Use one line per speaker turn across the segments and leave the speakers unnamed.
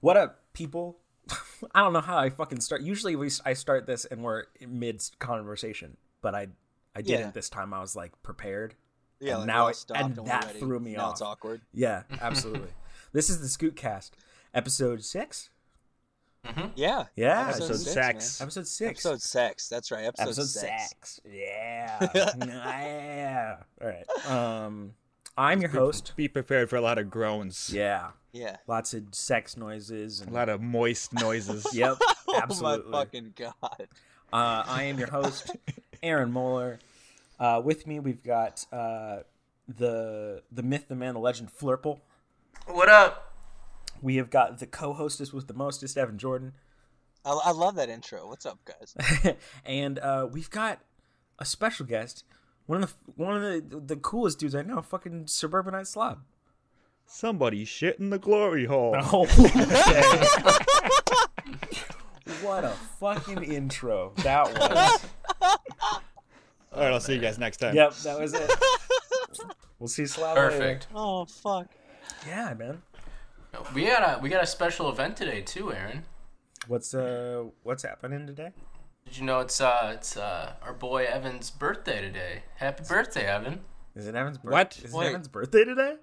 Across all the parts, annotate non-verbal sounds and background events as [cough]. What up, people? [laughs] I don't know how I fucking start. Usually, we I start this and we're mid conversation, but I I did
Yeah.
not this time. I was like prepared.
Yeah,
And
like,
now
now
it-
I stopped
and
and,
that
we're ready.
threw me
now It's
off.
awkward.
Yeah,
[laughs]
absolutely. this is the Scootcast, episode six.
Yeah.
Yeah,
Episode
so
so
six,
sex.
Episode six.
Episode sex. That's right. Episode,
Episode
sex. [laughs]
six. Yeah. yeah. All right. Um, I'm your host.
Be prepared for a lot of groans.
Yeah.
Yeah. [laughs]
Lots of sex noises
A
and
lot of moist noises.
[laughs] Yep.
Oh
Absolutely.
my fucking god.
Uh, I am your host, Aaron Moeller. Uh, with me, we've got uh, the the myth, the man, the legend, Flurple.
What up?
We have got the co-hostess with the mostest, Evan Jordan, [laughs]
I, I love that intro. What's up, guys?
and uh, we've got a special guest, one of the one of the the coolest dudes I know, fucking suburbanite slob.
Somebody shit in the glory hole.
Oh, what a fucking intro that was.
All right, I'll see you guys next time.
Yep, that was it. We'll see Slob. later.
Perfect.
Oh fuck.
Yeah, man.
We got a we got a special event today too, Aaron.
What's uh what's happening today?
Did you know it's uh it's uh our boy Evan's birthday today? Happy birthday, Evan.
Is it Evan's birthday?
What?
Is it
Wait.
Evan's birthday today?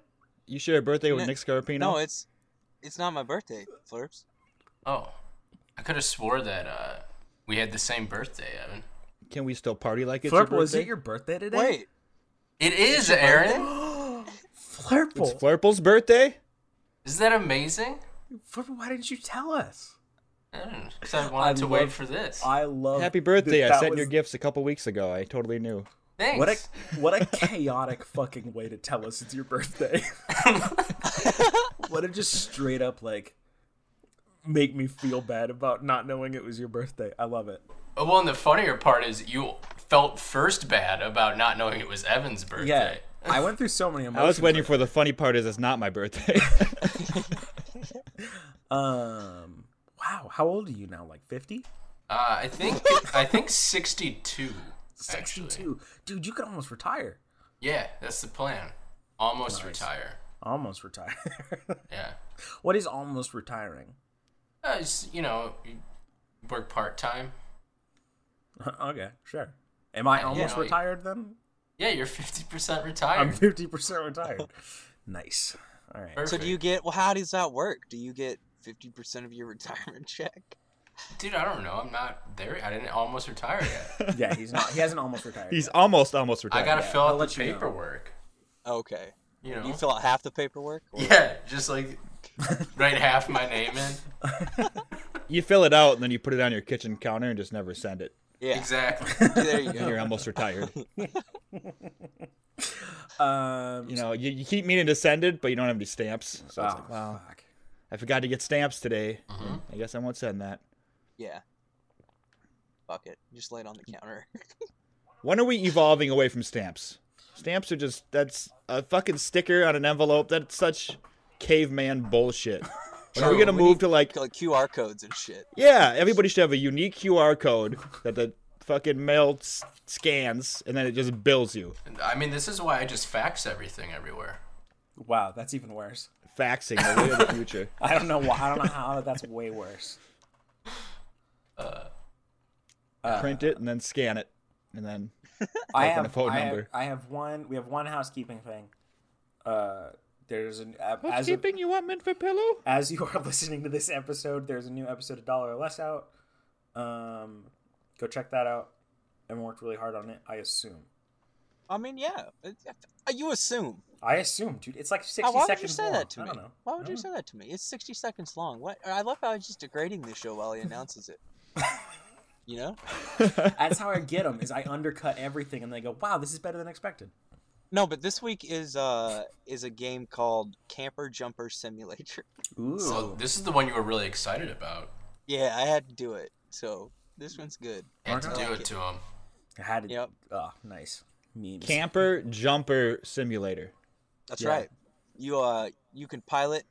You share a birthday with
No-
Nick Scarpino?
No, it's it's not my birthday, Flurps.
Oh, I could have swore that uh we had the same birthday, Evan.
Can we still party like it's your
Flurple,
birthday?
is it your birthday today?
Wait.
It is Aaron.
[gasps]
It's
Flurple.
Flurple's birthday?
Isn't that amazing?
Flurple, why didn't you tell us?
I don't know, 'cause I wanted to
love-
wait for this.
I love
Happy birthday.
that
I
that
sent
was-
your gifts a couple weeks ago. I totally knew.
Thanks.
What a what a chaotic fucking way to tell us it's your
[laughs]
birthday. what a just straight up like make me feel bad about not knowing it was your birthday. I love it.
Oh, well, and the funnier part is you felt first bad about not knowing it was Evan's
Yeah.
birthday.
I went through so many emotions.
I was waiting for the funny part is it's not my birthday.
[laughs] um wow, how old are you now? Like 50?
Uh, I think I think 62. actually.
62. Dude, you could almost retire.
Yeah, that's the plan. Almost retire.
Almost retire. [laughs]
Yeah.
What is almost retiring? [laughs]
Uh, it's, you know, you work part time.
okay, sure. Am I almost
yeah.
retired then?
Yeah, you're 50% retired.
I'm fifty percent
[laughs]
retired. nice. All right.
Perfect.
So do you get well how does that work? Do you get fifty percent of your [laughs] retirement check?
Dude, I don't know. I'm not there. I didn't almost retire yet.
Yeah, he's not. He hasn't almost retired.
He's almost, almost [laughs]
I
retired.
got to fill
I'll
out the
let you know.
paperwork.
Okay.
You know?
You fill out half the paperwork? Or-
yeah,
[laughs]
just like write half my name in.
You fill it out and then you put it on your kitchen counter and just never send it.
Yeah.
Exactly.
[laughs] There you
And
go.
you're
[laughs]
almost retired.
yet. Um.
You know, you, you keep meaning to send it, but you don't have any stamps. So it's
oh,
like, wow.
fuck.
I forgot to get stamps today.
Uh-huh.
I guess I won't send that.
Yeah. Fuck it. Just lay it on the counter. [laughs]
When are we evolving away from stamps? Stamps are just that's a fucking sticker on an envelope. That's such caveman
[laughs]
bullshit. When are we
True,
gonna
we
move to like
like QR codes and shit.
yeah, everybody should have a unique QR code that the fucking mail s- scans and then it just bills you,
I mean, this is why I just fax everything everywhere.
Wow, that's even worse.
faxing the way
[laughs]
of the future.
I don't know why. I don't know how. but That's way
[laughs]
worse.
Uh,
Uh.
Print it and then scan it, and then
I
Open a
have.
phone
I have,
number.
I have one. We have one housekeeping thing. Uh, there's an uh, as of-
housekeeping. You want mint for pillow?
as you are [laughs] listening to this episode, there's a new episode of Dollar or Less out. Um, go check that out. Everyone worked really hard on it. I assume.
I mean, yeah. It's- You assume.
I assume, dude. It's like sixty
Now, why would
seconds
you say
long.
that to
I
me?
don't know.
[laughs] Why would you say that to me? It's 60 seconds long. What? I love how he's just degrading the show while he
[laughs]
announces it. you know?
That's how I get them. Is I undercut everything, and they go, "Wow, this is better than expected."
No, but this week is uh is a game called Camper Jumper Simulator. [laughs]
Ooh.
So, this is the one you were really excited about.
Yeah, I had to do it. So this one's good.
Had to
Marco?
do it to him.
I had it.
Yep.
Oh, nice. Memes.
Camper jumper simulator.
That's
Yeah.
right. You uh you can pilot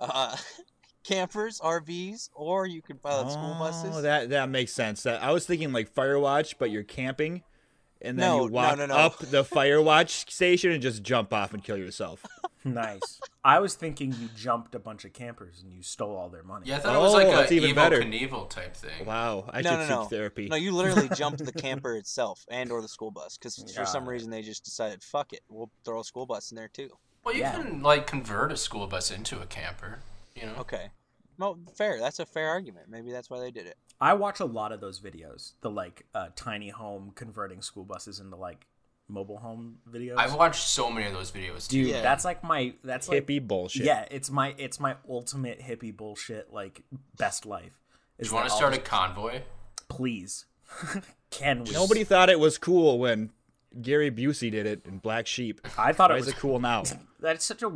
uh [laughs] campers, RVs, or you can pilot school
Oh,
buses.
Oh, That that makes sense. That I was thinking like Firewatch, but you're camping, and then
No,
you
no,
walk
no, no.
up the Firewatch station and just jump off and kill yourself.
[laughs] Nice. I was thinking you jumped a bunch of campers and you stole all their money.
Yeah, I thought it was
Oh,
like
that's
a
even
evil
better.
Knievel type thing.
Wow, I
no,
should
no,
seek
no.
therapy.
No, you literally jumped
[laughs]
the camper itself and or the school bus because for some
Yeah.
reason they just decided, fuck it, we'll throw a school bus in there too.
Well, you
Yeah.
can like convert a school bus into a camper. You know,
Okay. Well, fair. That's a fair argument. Maybe that's why they did it.
I watch a lot of those videos, the like uh, tiny home converting school buses into like mobile home videos.
I've watched so many of those videos. Too.
Dude,
Yeah.
that's like my that's like
Hippie bullshit.
yeah, it's my it's my ultimate hippie bullshit like best life.
Do
Is
you want
that
to
I'll
start a
just-
convoy?
please? [laughs] Can we?
Nobody thought it was cool when Gary Busey did it in Black Sheep.
I thought
Why
it
is
was
it
[laughs]
cool now? [laughs]
That's such a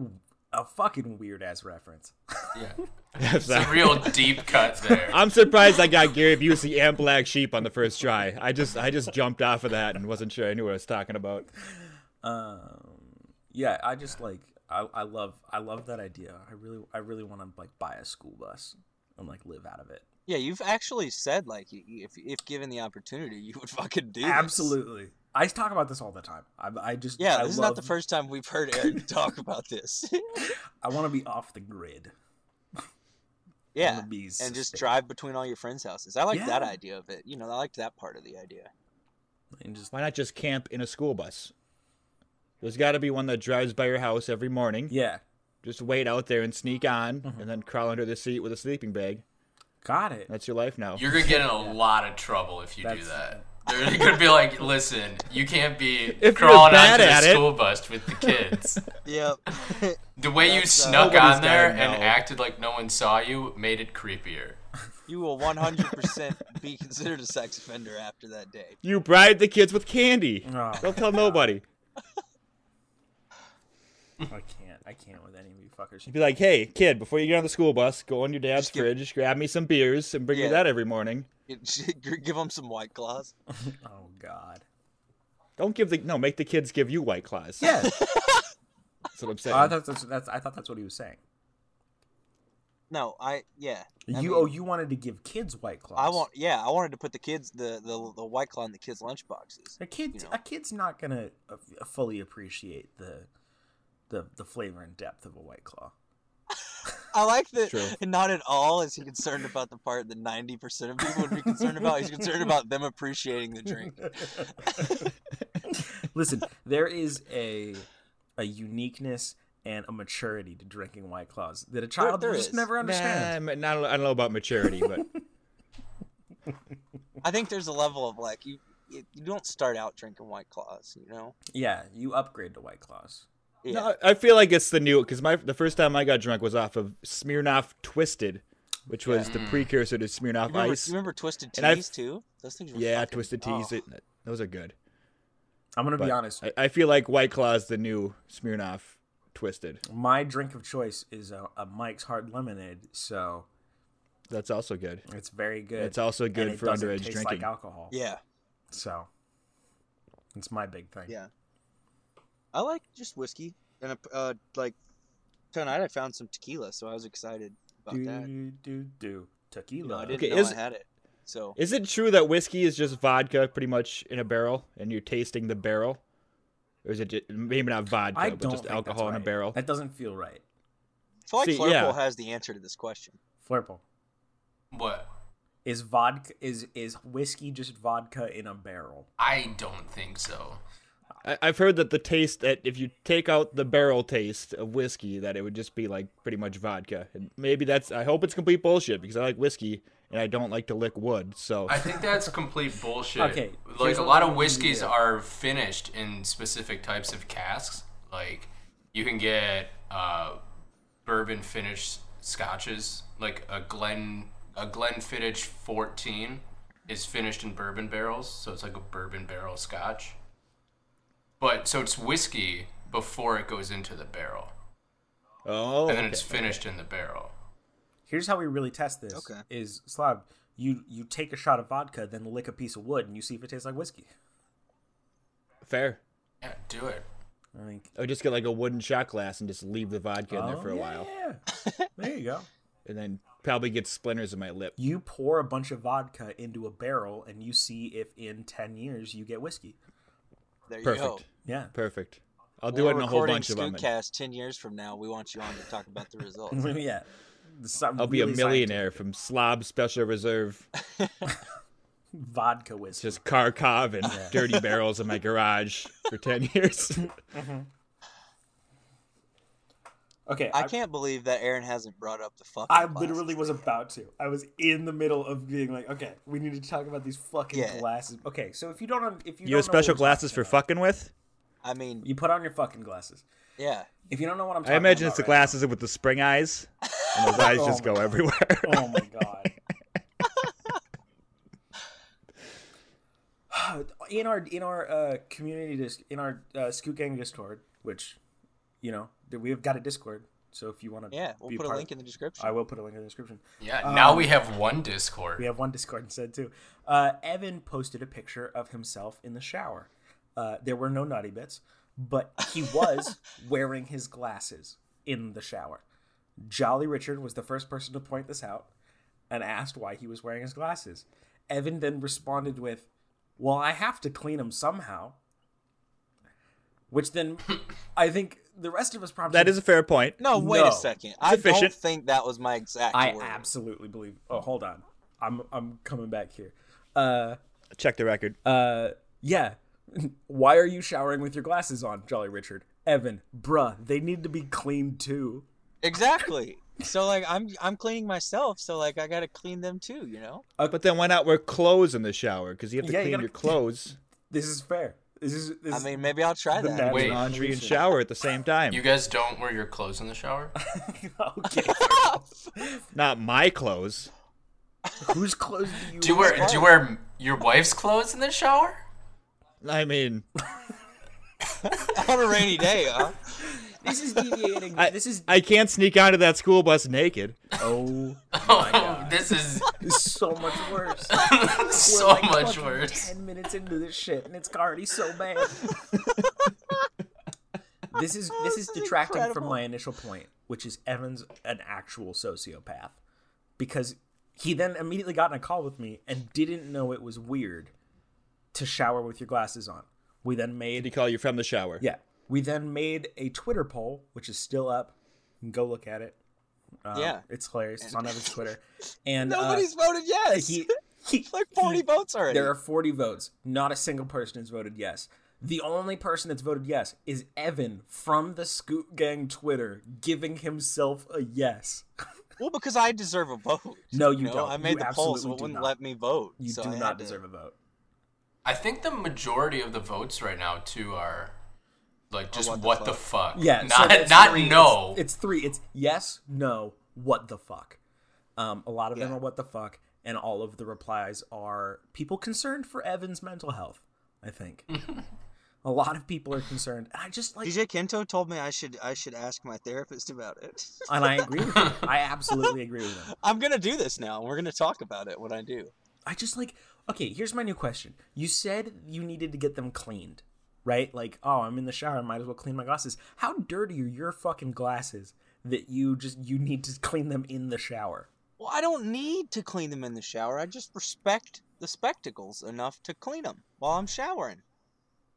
a fucking weird ass reference.
Yeah,
It's
[laughs] it's
[laughs]
a real deep cut there.
I'm surprised I got Gary Busey and Black Sheep on the first try. I just I just jumped off of that and wasn't sure I knew what I was talking about.
Um, yeah, I just like I, I love I love that idea. I really I really want to like buy a school bus and like live out of it.
Yeah, you've actually said like you- you- if if given the opportunity, you would [laughs] fucking do. this.
Absolutely. I talk about this all the time. I, I just
Yeah,
I
this is not the
love-
first time we've heard
[laughs]
Eric talk about this. [laughs]
I want to be off the grid. I
yeah,
wanna be
and just
sustained.
drive between all your friends' houses. I like that
Yeah.
idea of it. You know, I liked that part of the idea.
and just
Why not just camp in a school bus? There's got to be one that drives by your house every morning.
yeah, Uh-huh.
Just wait out there and sneak on, and then crawl under the seat with a sleeping bag.
got it.
That's your life now.
You're gonna get in a lot of trouble if you do
That's-
that. They're gonna be like, "Listen, you
[laughs]
can't be
you're
crawling
bad
onto
at
the
it."
school bus with
[laughs]
the kids."
Yep.
The way you
That's, uh,
snuck
Nobody's
on there
gonna
and
know.
acted like no one saw you made it creepier.
[laughs] you will 100% be considered a sex offender after that day.
You bribe the kids with candy.
Oh,
Don't tell nobody.
I can't. I can't with any of you fuckers.
You'd be like, hey, kid, before you get on the school bus, go in your dad's
give-
fridge, grab me some beers, and bring
Yeah.
me that every morning.
[laughs] Give them some white claws.
Oh God.
Don't give the no, make the kids give you white claws.
[laughs] Yeah.
That's what I'm saying.
I thought that's, that's I thought that's what he was saying.
No, I yeah. I
you
mean,
oh you wanted to give kids white claws.
I want yeah. I wanted to put the kids the the, the white claw in the kids' lunch boxes.
a kid.
you know.
A kid's not gonna uh, f- fully appreciate the the the flavor and depth of a white claw.
I like that.
True.
[laughs] Not at all is he concerned about the part that ninety percent of people would be concerned about. He's concerned about them appreciating the drink. [laughs]
Listen, there is a a uniqueness and a maturity to drinking white claws that a child
there
will just
is.
never understand.
Nah, I'm not- I don't know about maturity, but
I think there's a level of like you you, you don't start out drinking white claws. You know.
Yeah, you upgrade to white claws.
Yeah.
No, I I feel like it's the new because my the first time I got drunk was off of Smirnoff Twisted, which was the precursor to Smirnoff
You remember,
Ice.
you remember Twisted
And I've-
Teas too? Those things were
yeah,
fucking-
Twisted
oh.
Teas, it- those are good.
I'm gonna
But
be honest.
I, I feel like White Claw's the new Smirnoff Twisted.
my drink of choice is a, a Mike's Hard Lemonade, so
That's also good.
it's very good.
It's also
and
good
it
for
doesn't
underage
taste
drinking.
like alcohol.
Yeah,
So it's my big thing.
Yeah. I like just whiskey and uh like tonight I found some tequila, so I was excited about
Do
that.
do do do
You know,
tequila.
I didn't
Okay,
know
is-
I had it. So
Is it true that whiskey is just vodka, pretty much in a barrel, and you're tasting the barrel, or is it just, maybe not vodka,
I
but
don't
just
think that's
alcohol in a
right.
barrel?
That doesn't feel right.
I feel like
See,
Flurple
yeah.
has the answer to this question.
Flurple.
What?
Is vodka is is whiskey just vodka in a barrel?
I don't think so.
I, I've heard that the taste that if you take out the barrel taste of whiskey, that it would just be like pretty much vodka. And maybe that's. I hope it's complete bullshit because I like whiskey and I don't like to lick wood. So
I think that's complete bullshit.
Okay,
Like
here's
a
what
lot
I'm
of
gonna
whiskeys
do.
are finished in specific types of casks. Like you can get uh, bourbon finished scotches, like a Glen a Glenfiddich 14 is finished in bourbon barrels, so it's like a bourbon barrel scotch. But so it's whiskey before it goes into the barrel,
oh,
and then
okay.
it's finished in the barrel.
Here's how we really test this.
Okay.
Is Slav, you you take a shot of vodka, then lick a piece of wood, and you see if it tastes like whiskey.
fair.
Yeah, do it.
I think.
I would just get like a wooden shot glass and just leave the vodka in there
Oh,
for a while,
Yeah. there you
[laughs]
go.
and then probably get splinters in my lip.
You pour a bunch of vodka into a barrel, and you see if in ten years you get whiskey.
There you
Perfect,
go.
Yeah.
perfect. I'll do
We're
it in a whole
recording
bunch of them. and
Scootcast ten years from now. We want you on to talk about the results.
[laughs] yeah. So I'm
I'll be
really
a
sorry.
millionaire from Slob Special Reserve.
Vodka whiskey.
Just car carve and dirty barrels in my garage
[laughs]
for 10 years.
okay,
I can't believe that Aaron hasn't brought up the fucking.
I
glasses.
literally was about to. I was in the middle of being like, okay, we need to talk about these fucking
Yeah.
glasses. Okay, so if you don't, un- if you
You have
don't know what
special
we're
glasses
talking
for
about-
fucking with?
I mean,
you put on your fucking glasses.
yeah.
If you don't know what I'm talking
I
about,
imagine it's the
right
glasses with the spring eyes, and [laughs] those eyes
Oh
just
my
go everywhere. [laughs]
now- Oh my god. [sighs] in our in our uh, community disc in our uh, Scoot Gang Discord, which you know we have got a Discord, so if you want to
Yeah, we'll put a link in the description.
I will put a link in the description.
Yeah, now we have one Discord.
We have one Discord instead too. Uh, Evan posted a picture of himself in the shower. Uh, there were no naughty bits, but he was wearing his glasses in the shower. Jolly Richard was the first person to point this out and asked why he was wearing his glasses. Evan then responded with, "Well, I have to clean them somehow," which then I think the rest of us probably
that is a fair point.
no, wait
No.
a second. I don't
Sufficient.
think that was my exact
I
word.
absolutely believe. Oh, hold on, I'm I'm coming back here. Uh,
Check the record.
Uh, yeah. [laughs] Why are you showering with your glasses on, Jolly Richard? Evan, bruh, they need to be cleaned too.
exactly. So like, I'm I'm cleaning myself. So like, I gotta clean them too. You know.
but then why not wear clothes in the shower? Because you have to
Yeah, you
clean
gotta- [laughs]
your clothes,
This is fair. This is. This
I mean, maybe I'll try
The
that. [laughs]
nat-
Wait.
laundry, and shower at the same time.
You guys don't wear your clothes in the shower?
is, [laughs] okay.
Not my clothes.
Whose clothes do you?
Do you wear do you wear your wife's clothes in the shower?
I mean,
On a rainy day, huh?
This is deviating.
I,
this is.
I can't sneak onto that school bus naked.
oh,
Oh, [laughs]
[laughs]
this is
this is so much worse. We're
so
like
much
fucking
worse.
Ten minutes into this shit, and it's already so bad.
[laughs]
this is this is
Oh, This is
detracting from
incredible.
my initial point, which is Evans an actual sociopath, because he then immediately got in a call with me and didn't know it was weird to shower with your glasses on. We then
Did
made
he call you from the shower?
yeah, we then made a Twitter poll, which is still up. You can go look at it. Um,
Yeah.
it's hilarious. It's on Evan's Twitter, and uh,
[laughs] Nobody's voted yes.
he,
[laughs]
he
like 40
he-
votes already.
there are 40 votes. Not a single person has voted yes. The only person that's voted yes is Evan from the Scoot Gang Twitter giving himself a yes.
Well, because I deserve a vote.
No, you
know?
don't.
I made
You
the poll, so
absolutely
it
do
wouldn't
not.
let me vote.
You
so
do
I had
not
to-
deserve a vote.
I think the majority of the votes right now too are like just
what
what,
the
the fuck.
Yeah, so
not
that's
not
three. It's-
no.
It's, three. It's yes, no, what the fuck. Um, a lot of them
Yeah.
are what the fuck, and all of the replies are people concerned for Evan's mental health. I
[laughs]
think a lot of people are concerned. And I just like
DJ Kento told me I should I should ask my therapist about it. [laughs]
and I agree with him. I absolutely agree with him.
I'm gonna do this now. and We're gonna talk about it when I do.
I just like okay, here's my new question. You said you needed to get them cleaned, right? Like, oh, I'm in the shower, I might as well clean my glasses. How dirty are your fucking glasses that you just you need to clean them in the shower?
Well, I don't need to clean them in the shower. I just respect the spectacles enough to clean them while I'm showering.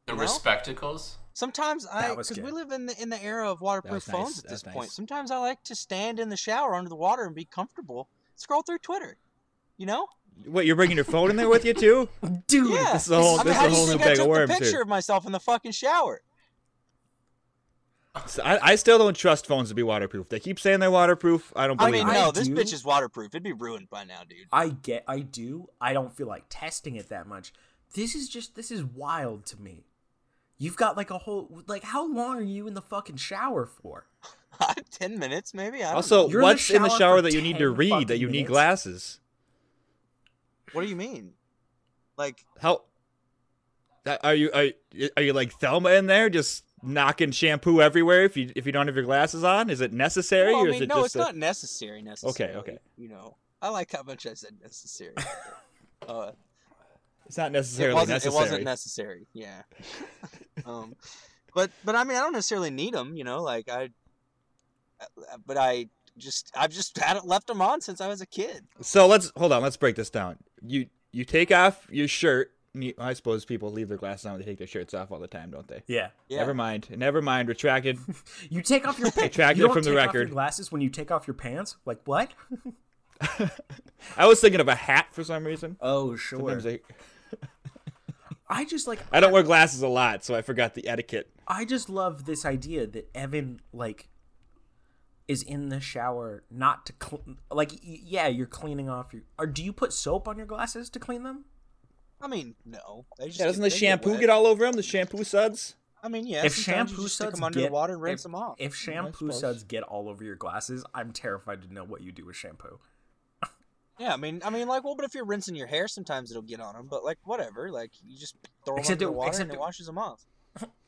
the
no.
respectacles.
Sometimes I,
That was
because we
good.
live in the in the era of waterproof
was nice.
phones at
That
this
was
point.
nice.
Sometimes I like to stand in the shower under the water and be comfortable. Scroll through Twitter, you know.
What, you're bringing your phone in there with you [laughs] too?
Dude,
Yeah,
this is a whole-
I mean,
this is
how
a
do
whole
you
new
think I
bag of
took
worms
the picture
here.
of myself in the fucking shower?
So I, I still don't trust phones to be waterproof. They keep saying they're waterproof. I don't
I
believe
mean,
it.
no, this
do.
bitch is waterproof. It'd be ruined by now, dude. [laughs]
I get I do. I don't feel like testing it that much. This is just this is wild to me. You've got like a whole like how long are you in the fucking shower for?
Ten minutes, maybe. I don't know.
Also,
You're in the
what's in the
shower
shower
for
that you need
10
to read that
fucking
you need
minutes?
glasses?
what do you mean? Like,
How that- are you are, you- are you like Thelma in there just knocking shampoo everywhere if you if you don't have your glasses on? Is it necessary
well,
or
I
is
mean,
it
no,
just
it's
a-
not necessary. Necessarily.
okay.
You know, I like how much I said
[laughs]
necessary. uh,
it's not necessarily
it wasn't.
necessary.
It wasn't necessary. Yeah. [laughs] um, but but I mean, I don't necessarily need them. You know, like I. uh, But I just I've just had it left them on since I was a kid.
so let's hold on, let's break this down. You you take off your shirt me- I suppose people leave their glasses on when they take their shirts off all the time, don't they?
Yeah.
Yeah.
Never mind. Never mind. Retracted. [laughs]
You take
[laughs]
off your pants.
Retract
you
it
don't
from the
take off your
record.
glasses when you take off your pants. Like what?
I was thinking of a hat for some reason.
Oh sure.
Sometimes I,
I just like
I don't wear glasses a lot, so I forgot the etiquette.
I just love this idea that Evan like is in the shower not to cl- like y- yeah you're cleaning off your or do you put soap on your glasses to clean them?
I mean, no. They just
Yeah, doesn't
get-
the
they
shampoo
wet.
get all over them? The shampoo suds?
I mean, yeah.
if
sometimes you
shampoo
just stick
suds
'em under
get,
the water and rinse
if,
them off.
If shampoo
suppose.
suds get all over your glasses, I'm terrified to know what you do with shampoo.
Yeah, I mean, I mean, like, well, but if you're rinsing your hair, sometimes it'll get on them. But like, whatever. Like, you just throw them
Except
under the
it-
water
except
and it
it-
washes them off.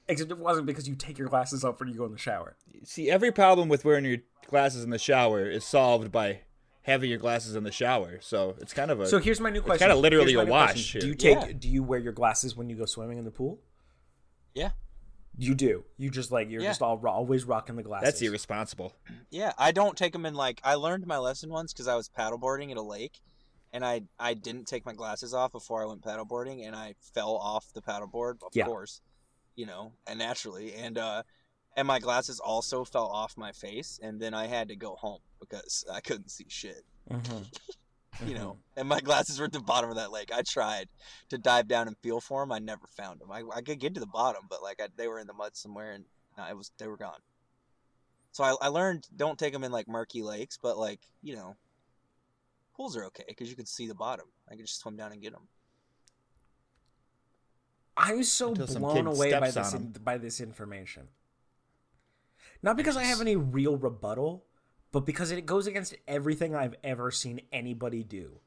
Except it wasn't because you take your glasses off when you go in the shower.
See, every problem with wearing your glasses in the shower is solved by having your glasses in the shower. So it's kind of a.
So here's my new question.
kinda literally
Here's my
a
new
wash
question.
here.
Do you take
Yeah.
do you wear your glasses when you go swimming in the pool?
Yeah,
You do. You just like you're
Yeah.
just all ro- always rocking the glasses.
that's irresponsible.
yeah. I don't take them in like. I learned my lesson once because I was paddleboarding at a lake, and I I didn't take my glasses off before I went paddleboarding, and I fell off the paddleboard, of
Yeah.
course, you know, and naturally, and uh, and my glasses also fell off my face, and then I had to go home because I couldn't see shit.
Mhm.
you know, and my glasses were at the bottom of that lake. I tried to dive down and feel for them. I never found them. I, I could get to the bottom, but like I, they were in the mud somewhere, and no, it was they were gone. So I, I learned don't take them in like murky lakes, but like you know, pools are okay because you can see the bottom. I could just swim down and get them.
I was so
Until some
blown
kid
away by
steps
this
on
in, by this information. Not because I have any real rebuttal, but because it goes against everything I've ever seen anybody do.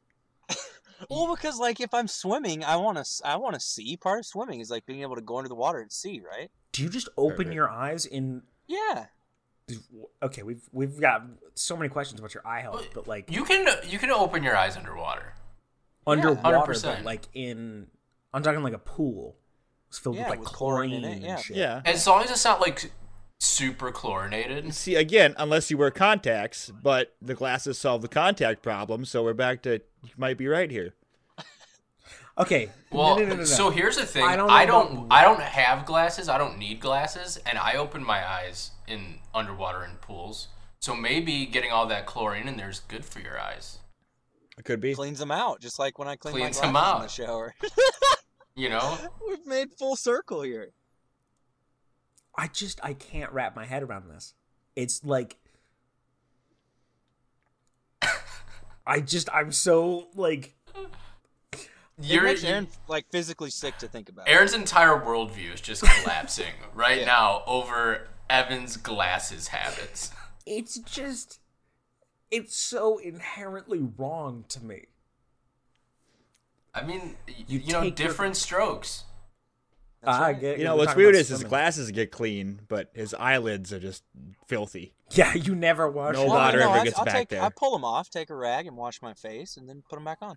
Well, because like if I'm swimming, I want to I want to see. Part of swimming is like being able to go under the water and see, right?
Do you just open
Perfect.
your eyes in
Yeah.
Okay, we've we've got so many questions about your eye health, but like
You can you can open your eyes underwater.
underwater, but
100%.
like in I'm talking like a pool. It's filled
Yeah,
with like
with chlorine
chlorine,
in it,
and
yeah.
shit.
Yeah.
As long as it's not like super chlorinated.
See, again, unless you wear contacts, but the glasses solve the contact problem, so we're back to you might be right here.
Okay. no,
Well,
no, no, no, no.
so here's the thing.
I
I
don't
don't.
know
I don't,
about-
have glasses. I don't need glasses, and I open my eyes in underwater in pools. So maybe getting all that chlorine in there is good for your eyes.
It could be.
Cleans them out, just like when I clean
Cleans
my
'em
glasses in the
out.
shower.
[laughs]
You know,
[laughs] We've made full circle here.
I just I can't wrap my head around this. It's like I just I'm so like
It
You're-
makes Aaron like physically sick to think about.
Aaron's entire worldview is just
[laughs]
collapsing right now over Evan's glasses habits.
it's just it's so inherently wrong to me.
I mean, y-
You
you, know,
take your-
different strokes.
That's
I
right.
get
You know,
we're
what's
talking
weird
about
is his
swimming.
glasses get clean, but his eyelids are just filthy.
Yeah, you never wash
No
your
Well,
water
eyes.
ever
I-
gets
I'll
back
take,
there.
I pull them off, take a rag, and wash my face, and then put them back on.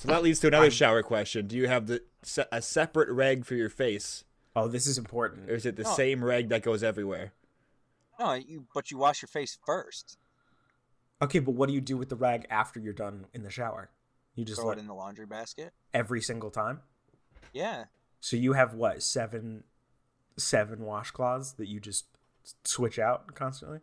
So that leads to another shower question. Do you have the se- a separate rag for your face,
Oh, this is
or
important.
is it the
No.
same rag that goes everywhere?
No, you but you wash your face first.
Okay, but what do you do with the rag after you're done in the shower? You just
Throw
let
it in the laundry basket.
every single time.
Yeah,
So you have what seven, seven washcloths that you just s- switch out constantly.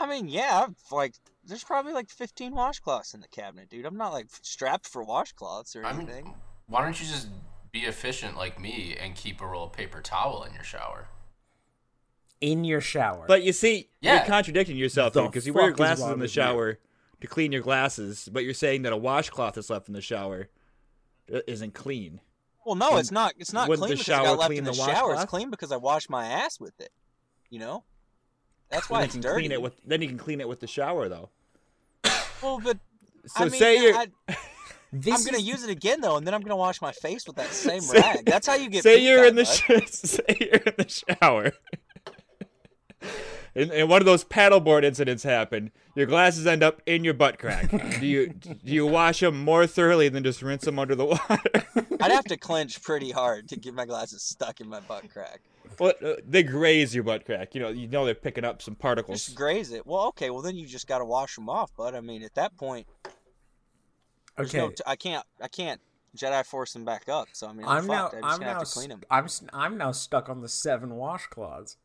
I mean, yeah, I've, like there's probably like 15 washcloths in the cabinet, dude. I'm not like strapped for washcloths or
I mean,
anything.
why don't you just be efficient like me and keep a roll of paper towel in your shower?
in your shower.
But you see,
Yeah.
you're contradicting yourself
The
because you wear your
fuck is
glasses
wrong
in the
with you?
shower to clean your glasses, but you're saying that a washcloth that's left in the shower i- isn't clean.
Well, no,
Wouldn't-
it's not. It's not
wouldn't
clean
the
because I
shower
got left
clean
in
the
the, shower. It's
washcloth?
clean because I washed my ass with it. You know, that's
Then
why
you
it's
can
dirty.
Clean it with, then you can clean it with the shower though.
well, but
So
I mean,
say
yeah,
you're
I-
this
I'm gonna
is-
use it again though, and then I'm gonna wash my face with that same
Say-
rag. That's how you get.
say
pink
you're
eye,
in the
bud.
sh- [laughs] say you're in the shower. And, and one of those paddleboard incidents happened. Your glasses end up in your
[laughs]
butt crack. do you do you wash them more thoroughly than just rinse them under the [laughs] water?
I'd have to clench pretty hard to get my glasses stuck in my butt crack.
Well, uh, they graze your butt crack. You know, you know they're picking up some particles.
Just graze it. Well, okay. Well, then you just gotta wash them off. But I mean, at that point, There's
Okay,
no t- I can't. I can't Jedi Force him back up. So I mean, I'm,
I'm now
fucked. I'm just
I'm
gonna
now
have to clean
s-
him.
I'm s- I'm now stuck on the seven washcloths.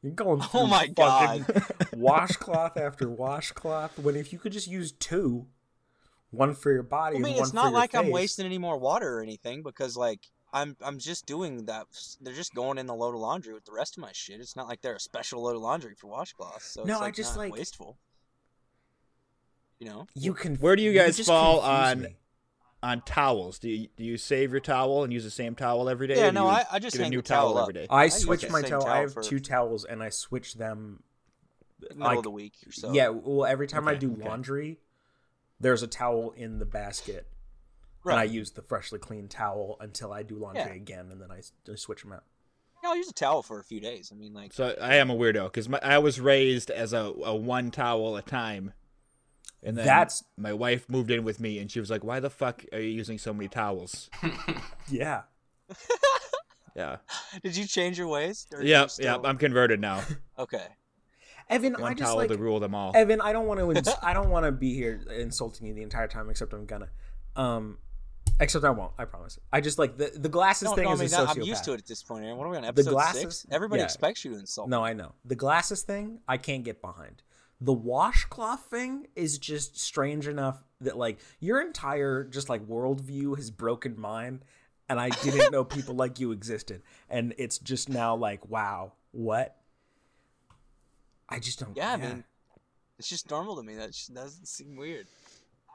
You're going.
Oh
through
my
fucking [laughs] washcloth after washcloth. When if you could just use two, one for your body
I mean,
and one
it's
for
not
your
like I'm
face.
wasting any more water or anything because like I'm I'm just doing that. They're just going in the load of laundry with the rest of my shit. It's not like they're a special load of laundry for washcloths. So
No,
it's,
I
like,
just,
not
like-
wasteful. You know,
You can.
Where do you guys
just
fall
confuse
on-
me.
on towels. Do you, do you save your towel and use the same towel every day?
Yeah,
or do
no,
you
I- I just
get a
hang
new
the towel
towel
up.
every day.
I
use
switch
the
my
same
towel. I
towel
have
for-
two towels and I switch them.
middle
Like,
of the week or so.
yeah. Well, every time I
Okay,
do
okay.
laundry, there's a towel in the basket. And I
right.
use the freshly cleaned towel until I do laundry
Yeah.
again, and then I, s- I switch them out.
Yeah, I'll use a towel for a few days. I mean, like,
So I am a weirdo because I was raised as a, a one towel a time, and then
That's-
my wife moved in with me, and she was like, "Why the fuck are you using so many towels?"
Yeah.
Yeah,
did you change your ways? Or you
yeah, yeah.
still-
I'm
[laughs]
converted now.
Okay.
Evan, I
One
just
towel
like
to rule them all.
Evan, I don't want to.
[laughs]
Ins- I don't want to be here insulting you the entire time, except I'm gonna. Um, except I won't. I promise. I just like the the glasses
No,
thing
no, I
is
mean,
a
no,
sociopath.
I'm used to it at this point, Aaron. What are we on episode
glasses-
six? Everybody
yeah.
expects you to insult.
No, I know the glasses thing. I can't get behind. The washcloth thing is just strange enough that like your entire just like worldview has broken mine, and I didn't
[laughs]
know people like you existed, and it's just now like wow, what? I just don't.
Yeah, I mean, it's just normal to me. That sh- doesn't seem weird.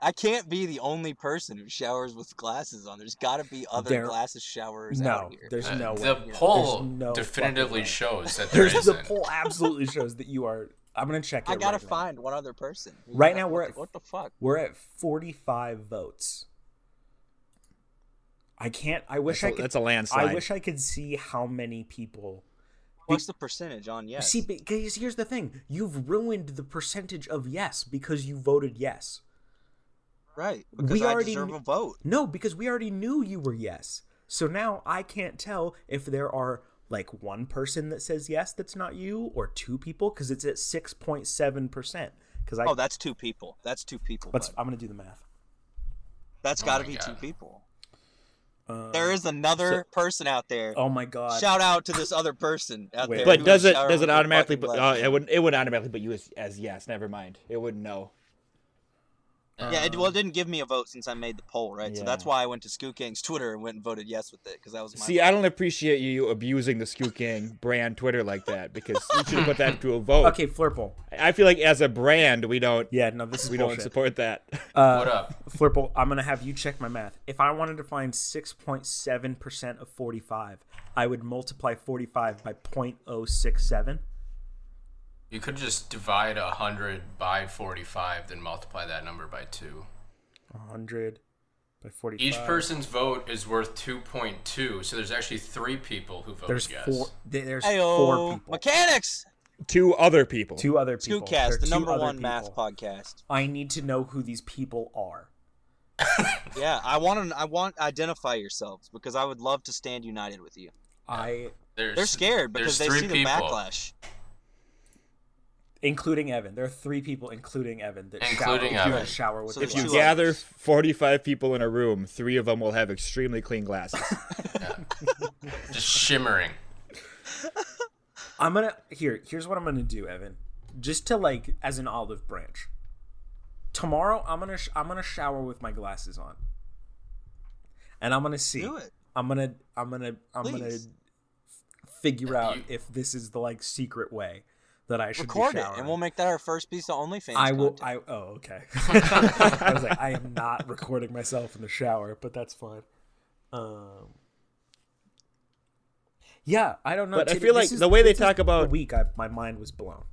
I can't be the only person who showers with glasses on. There's got to be other
There-
glasses showers
no,
out here.
there's
Uh,
no way.
the poll
There's no fucking
definitively
way.
shows that there
There's the
isn't.
poll absolutely shows that you are. I'm gonna check. It
I gotta
right now.
find one other person. You
Right
know,
now,
what
we're
the-
at-
what the fuck?
We're at 45 votes. I can't. I wish
that's, a-
I could.
that's a landslide.
I wish I could see how many people.
What's the percentage on yes?
See, because here's the thing: you've ruined the percentage of yes because you voted yes.
right, because
we
I
already
deserve
kn-
a vote.
No, because we already knew you were yes. So now I can't tell if there are like one person that says yes that's not you, or two people because it's at six point seven percent. Because I
Oh, that's two people. That's two people.
let's,
bud.
I'm gonna do the math.
That's
Oh
got to
my
be two
God.
people.
Uh,
There is another person out there.
Oh my god!
Shout out to this other person out
Wait.
there.
but
who
does it
showered
does
with
it
their
automatically?
fucking
But uh,
glasses.
it would it would automatically put you as, as yes. Never mind. It wouldn't know.
Yeah, it, well,
Um,
it didn't give me a vote since I made the poll, right? So that's
Yeah.
why I went to Skoo King's Twitter and went and voted yes with it because that was my.
See, I don't appreciate you abusing the Scoot Gang brand Twitter like that because you should put that to a vote.
Okay, Flirple.
I feel like as a brand, we don't
Yeah, no, this is
we
bullshit.
don't support that.
what up?
Flirple, I'm gonna have you check my math. If I wanted to find 6.7 percent of 45, I would multiply 45 by 0.067.
You could just divide hundred by forty-five, then multiply that number by two.
100 by 45.
Each person's vote is worth two point two, so there's actually three people who voted
There's
yes.
four. th- There's
Ayo,
four people.
mechanics.
Two other people.
Two other people. There are
Scootcast, the
two
number
other
one math
people.
podcast.
I need to know who these people are.
Yeah, I want to. I want identify yourselves because I would love to stand united with you.
I,
There's,
They're scared because
there's
they see
three
the
people,
backlash.
including Evan. There are three people, including Evan, that
Including
shower,
Evan.
That shower with
So
the
there's
If you
Two
glasses.
gather
others.
45 people in a room, three of them will have extremely
[laughs]
clean glasses.
just shimmering.
I'm gonna here. Here's what I'm gonna do, Evan. Just to like as an olive branch. Tomorrow, I'm gonna sh- I'm gonna shower with my glasses on, and I'm gonna see.
Do it.
I'm gonna I'm gonna I'm gonna
Please.
f- figure out
You-
if this is the like secret way that I should
Record
be
it,
showering.
and we'll make that our first piece of OnlyFans.
I will.
content.
I oh okay. [laughs] I was like, I am not recording myself in the shower, but that's fine. Um. Yeah, I don't know.
But I
Titty-
feel
this
like
is-
the way they
this is
talk about-
the week, I, my mind was blown.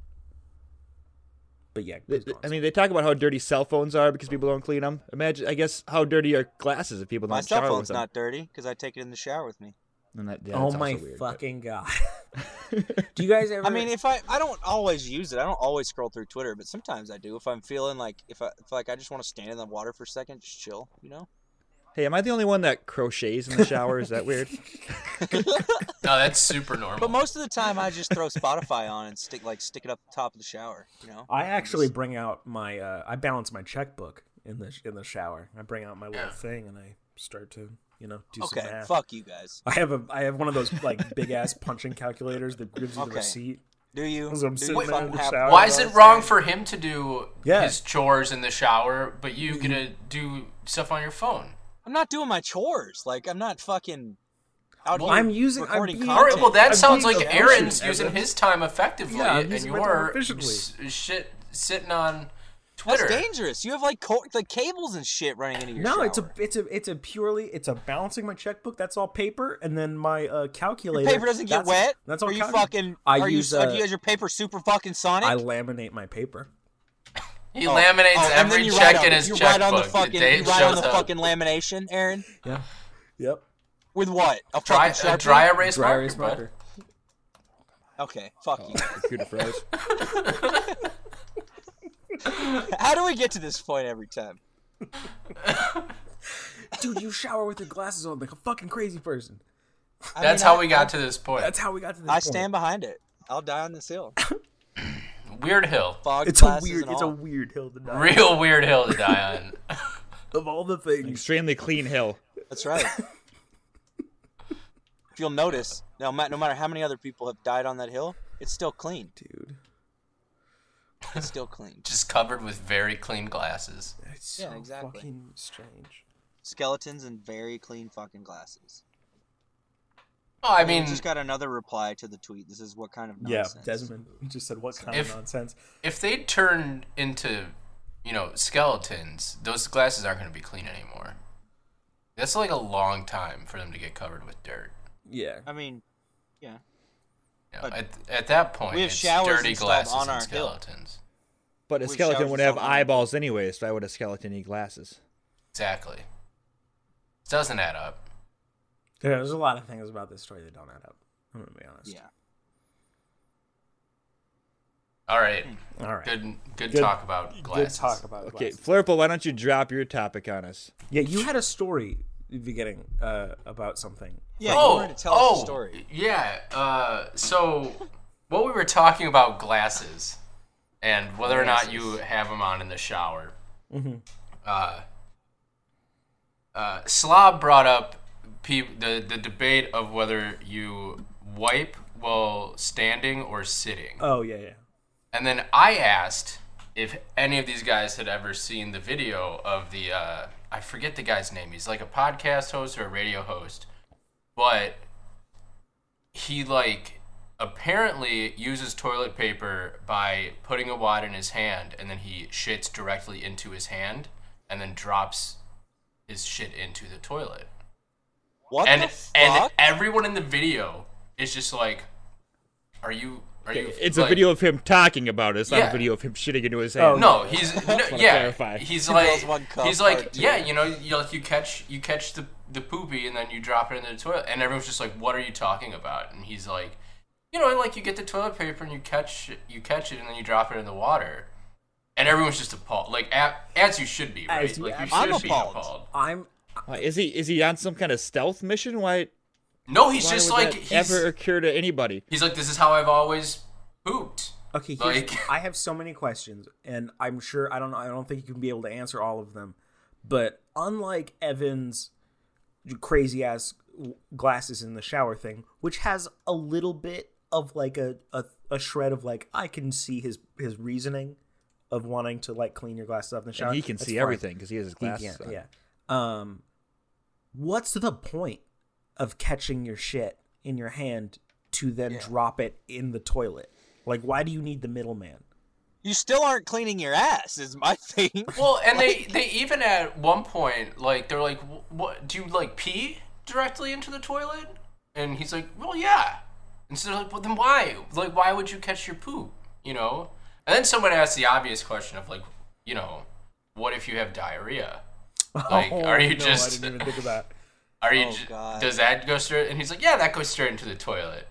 But yeah,
Th-
please
th-
go on.
I mean, they talk about how dirty cell phones are because people don't clean them. Imagine, I guess, how dirty are glasses if people don't
My
shower
cell phone's
with them.
not dirty because I take it in the shower with me.
And that- yeah,
oh
that's also
my
weird, but-
fucking god! [laughs] Do you
[laughs]
guys ever?
I mean, if I I don't always use it. I don't always scroll through Twitter, but sometimes I do. If I'm feeling like if I if like I just want to stand in the water for a second, just chill, you know.
Hey, am I the only one that crochets in the shower? Is
[laughs]
that weird?
No, that's super normal.
But most of the time, I just throw Spotify on and stick like stick it up the top of the shower. You know,
I actually bring out my uh, I balance my checkbook in the in the shower. I bring out my little
Yeah.
thing and I start to you know do
Okay,
some math.
fuck you guys.
I have a I have one of those like big ass punching calculators that gives you the
Okay.
receipt.
Do you?
As I'm
do
sitting there
you
in
fucking
the
have-
shower.
Why is it wrong for him to do
Yeah.
his chores in the shower, but you
[laughs]
gonna do stuff on your phone?
I'm not doing my chores. Like I'm not fucking. Out
Well,
here
I'm using- I'm
recording
being-
All right,
content.
well that
I'm
sounds
being
like
efficient,
Aaron's using
Evan.
his time effectively,
Yeah, I'm
and
using my time
you're
efficiently.
s- shit sitting on
That's
Twitter.
dangerous. You have like co- like cables and shit running into your.
No,
shower.
it's a it's a it's a purely it's a balancing my checkbook. That's all paper, and then my uh, calculator.
paper doesn't get
that's-
wet.
That's all.
Are you
calc-
fucking?
I
are
use.
You,
uh,
do you use your paper super fucking sonic?
I laminate my paper.
He laminates
Oh, and then
every
you
check
write on,
in his
you
checkbook.
Write on the
the
fucking,
date
you write on
shows
the
up.
fucking lamination, Aaron.
Yeah. Yep.
With what? A
dry,
fucking
a
uh,
Sharpie?
dry erase
Dry
marker,
erase
bud.
marker.
Okay, fuck you.
Oh.
Computer froze.
[laughs] How do we get to this point every time?
Dude, you shower with your glasses on like a fucking crazy person.
I
That's
mean, I-
how we got to this point.
That's how we got to this.
I
point.
stand behind it. I'll die on
[laughs]
this hill.
Weird hill.
Fog
It's a
glasses
weird.
and
It's a
all.
weird hill to die.
Real weird hill to die on. [laughs]
Of all the things,
Extremely clean hill.
[laughs]
That's right. if you'll notice, no, ma- no matter how many other people have died on that hill, it's still clean.
dude.
It's
[laughs]
still clean.
Just covered with very clean glasses.
It's so
Yeah, exactly.
fucking strange.
Skeletons and very clean fucking glasses.
Oh, I
We
mean,
just got another reply to the tweet. This is what kind of nonsense.
Yeah, Desmond just said what kind
If-
of nonsense.
if they turn into, you know, skeletons, those glasses aren't going to be clean anymore. That's like a long time for them to get covered with dirt.
Yeah.
I mean, yeah.
You know,
But
at, at that point,
we have
it's
showers
dirty
and stuff
glasses
on our
and
hill.
skeletons.
But a
With
skeleton
showers
would
and
have
stuff on it.
eyeballs anyway, so why would a skeleton need glasses?
Exactly. doesn't add up.
Yeah, there's a lot of things about this story that don't add up. I'm gonna be honest.
Yeah.
All right.
Hmm.
All right.
Good, good,
Good-
talk about glasses.
Good talk about
Okay,
glasses.
Flurple, why don't you drop your topic on us?
Yeah, you had a story at the beginning uh, about something.
Yeah,
Oh,
you wanted to tell us a story.
Yeah. Uh, so, what we were talking about glasses and whether or not you have them on in the shower. Uh, uh, Slob brought up peop the, the debate of whether you wipe while standing or sitting.
Oh yeah, yeah.
And then I asked if any of these guys had ever seen the video of the uh, I forget the guy's name. He's like a podcast host or a radio host, but he like apparently uses toilet paper by putting a wad in his hand and then he shits directly into his hand and then drops his shit into the toilet.
What the
and
fuck?
and everyone in the video is just like, "Are you? Are you?"
It's a
like-
video of him talking about it. It's not
Yeah.
a video of him shitting into
Oh.
his hand.
No,
[laughs]
he's no, yeah.
Oh, clarify.
He's
Two
like
girls, one cup,
he's
part
like
two.
yeah. You know, you like you catch you catch the the poopy and then you drop it into the toilet, and everyone's just like, "What are you talking about?" And he's like, "You know, like you get the toilet paper and you catch you catch it and then you drop it in the water." And everyone's just appalled, like a as you should be, right?
As you
like you should
absolutely
be
should be.
appalled.
I'm.
Why, is he is he on some kind of stealth mission? Why?
No, he's
why
just
would
like
that
he's
ever occur to anybody?
he's like this is how I've always pooped.
Okay, here's,
Like-
I have so many questions, and I'm sure I don't. I don't think you can be able to answer all of them. But unlike Evan's crazy ass glasses in the shower thing, which has a little bit of like a, a a shred of like I can see his his reasoning of wanting to like clean your glasses up in the shower.
And he can
That's
see
fine.
everything because he has his
He
glasses.
can't,
on.
yeah. Um, what's the point of catching your shit in your hand to then drop it in the toilet? Like, why do you need the middleman? [laughs]
You still aren't cleaning your ass, is my [laughs] thing.
Well, and they they even at one point like they're like, "Wh- "What do you like pee directly into the toilet?" And he's like, "Well, yeah." And so they're like, "Well, then why? Like, why would you catch your poop?" You know. And then someone asked the obvious question of like, you know, what if you have diarrhea? Like,
Oh,
are you
no, I
just
didn't even think of that.
are you?
Oh,
j-
God.
Does that go straight? And he's like, yeah, that goes straight into the toilet.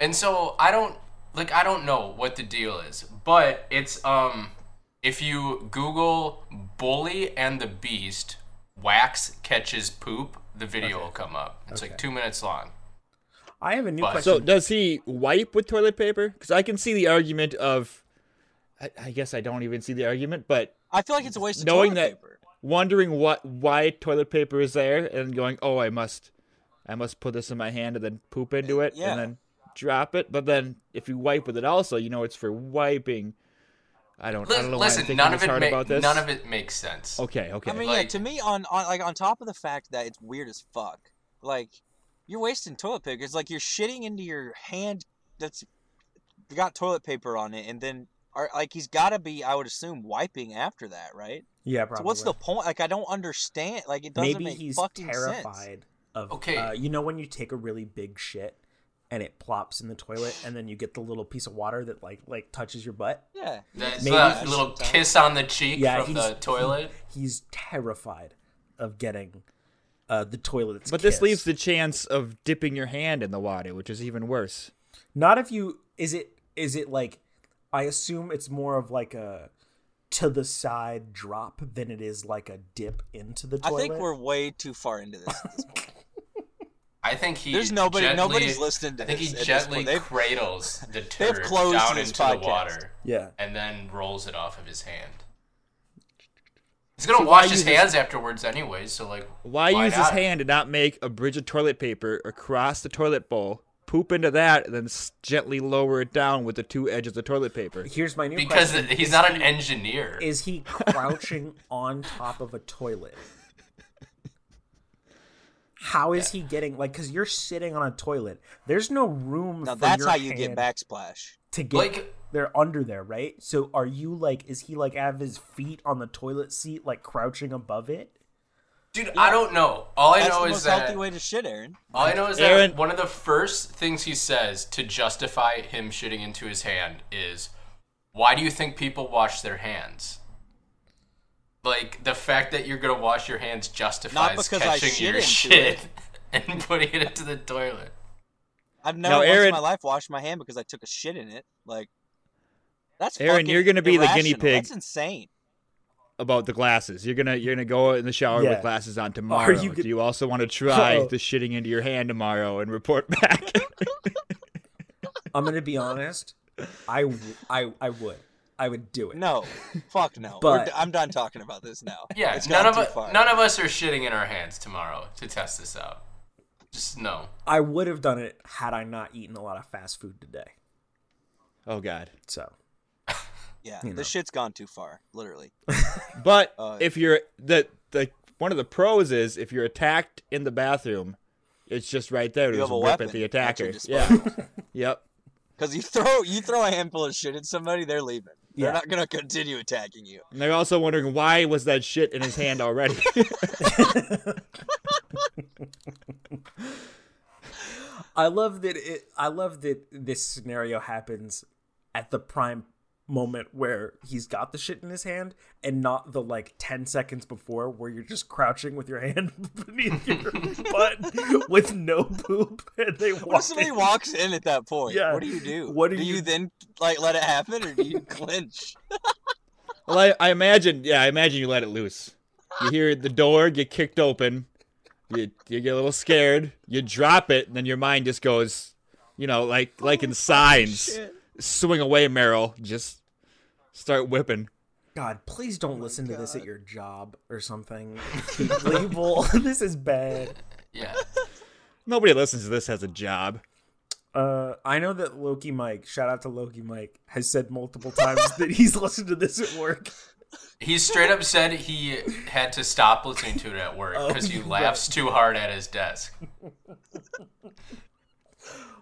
And so I don't like I don't know what the deal is, but it's um if you Google "bully and the beast wax catches poop," the video will come up. It's like two minutes long.
I have a new
But-
question.
So does he wipe with toilet paper? Because I can see the argument of. I, I guess I don't even see the argument, but
I feel like it's a waste of
Knowing
toilet
that-
paper.
wondering what why toilet paper is there, and going, "Oh, I must, I must put this in my hand and then poop into it,
Yeah.
and then drop it." But then if you wipe with it, also, you know, it's for wiping. I don't. I don't know why I'm
Listen,
thinking
none
this
of it
hard
ma-
about this.
none of it makes sense.
Okay. Okay.
I mean, yeah,
Like-
to me, on, on like on top of the fact that it's weird as fuck, like you're wasting toilet paper. It's like you're shitting into your hand that's got toilet paper on it, and then are, like he's got to be, I would assume, wiping after that, right?
Yeah, probably.
So what's the point? Like I don't understand. Like it doesn't
Maybe
make
he's
fucking sense.
terrified of.
Okay.
Uh, you know when you take a really big shit and it plops in the toilet, and then you get the little piece of water that like like touches your butt.
Yeah.
That's
Maybe
that
he's-
little kiss on the cheek
Yeah,
from
he's-
[laughs]
the toilet.
He's terrified of getting uh, the toilet. That's
but this
kissed.
leaves the chance of dipping your hand in the water, which is even worse.
Not if you is it is it like I assume it's more of like a to the side drop than it is like a dip into the
I
toilet.
think we're way too far
[laughs]
into this. at this point.
I think he.
There's nobody-
gently-
nobody's listening to
I think
this
he
at this
gently
point. They've-
cradles the turd
closed
down
this
into
podcast.
the water
yeah.
and then rolls it off of his hand. He's gonna wash his
use his-
hands afterwards anyway, so like,
Why, use
not?
his hand and not make a bridge of toilet paper across the toilet bowl, poop into that, and then s- gently lower it down with the two edges of toilet paper?
Here's my new
Because
question.
he's not an engineer.
Is he crouching [laughs] on top of a toilet? How is he getting like? Because you're sitting on a toilet. There's no room.
Now
for
that's
your
how you
hand
get backsplash.
to get.
Like-
they're under there, right? So are you like? Is he like have his feet on the toilet seat, like crouching above it?
Dude, I don't know. All I
That's
know
the
is
most
that
healthy way to shit, Aaron.
all I know is
Aaron-
that one of the first things he says to justify him shitting into his hand is, "Why do you think people wash their hands?" Like the fact that you're gonna wash your hands justifies
because I
catching
shit
your
into
shit
it.
[laughs] and putting it into the toilet.
I've never once
Aaron-
in my life washed my hand because I took a shit in it. Like that's
Aaron,
fucking
you're gonna be the guinea
irrational.
pig.
That's insane.
About the glasses, you're gonna you're gonna go in the shower
Yeah.
with glasses on tomorrow.
you
Do
g-
you also want to try
Oh.
Uh-oh.
the shitting into your hand tomorrow and report [laughs] back?
I'm gonna be honest. I, w- I, I would. I would do it. [laughs]
No, fuck no.
But-
We're d- I'm done talking about this now.
[laughs] Yeah,
it's
none
gone
of
too
us,
far.
none of us are shitting in our hands tomorrow to test this out. Just no.
I would have done it had I not eaten a lot of fast food today.
oh God!
So
yeah,
you know.
this shit's gone too far. Literally,
But
Uh,
if you're the the one of the pros is if you're attacked in the bathroom, it's just right there to
you have
just
a
whip
weapon
at the
at your
attacker. Yeah.
disposal.
[laughs] yep.
Because you throw you throw a handful of shit at somebody, they're leaving. They're
Yeah.
not gonna continue attacking you.
And they're also wondering why was that shit in his
[laughs]
hand already.
I love that it. I love that this scenario happens at the prime moment where he's got the shit in his hand and not the like 10 seconds before where you're just crouching with your hand [laughs] beneath your butt with no poop and they walk
What if somebody
in. [laughs]
walks in at that point?
Yeah.
What do you do?
What do
do
you-
then like let it happen, or
[laughs]
do you clinch?
Well, I, I imagine, yeah, I imagine you let it loose. You hear the door get kicked open, you, you get a little scared, you drop it, and then your mind just goes, you know, like like in signs,
shit.
swing away, Meryl, just start whipping.
God, please don't listen to this at your job or something. [laughs] People, evil. [laughs] this is bad.
[laughs]
Yeah.
Nobody listens to this has a job.
Uh, I know that Loki Mike, shout out to Loki Mike, has said multiple times that he's [laughs] listened to this at work.
He straight up said he had to stop listening to it at work
Oh,
because he laughs too hard at his desk.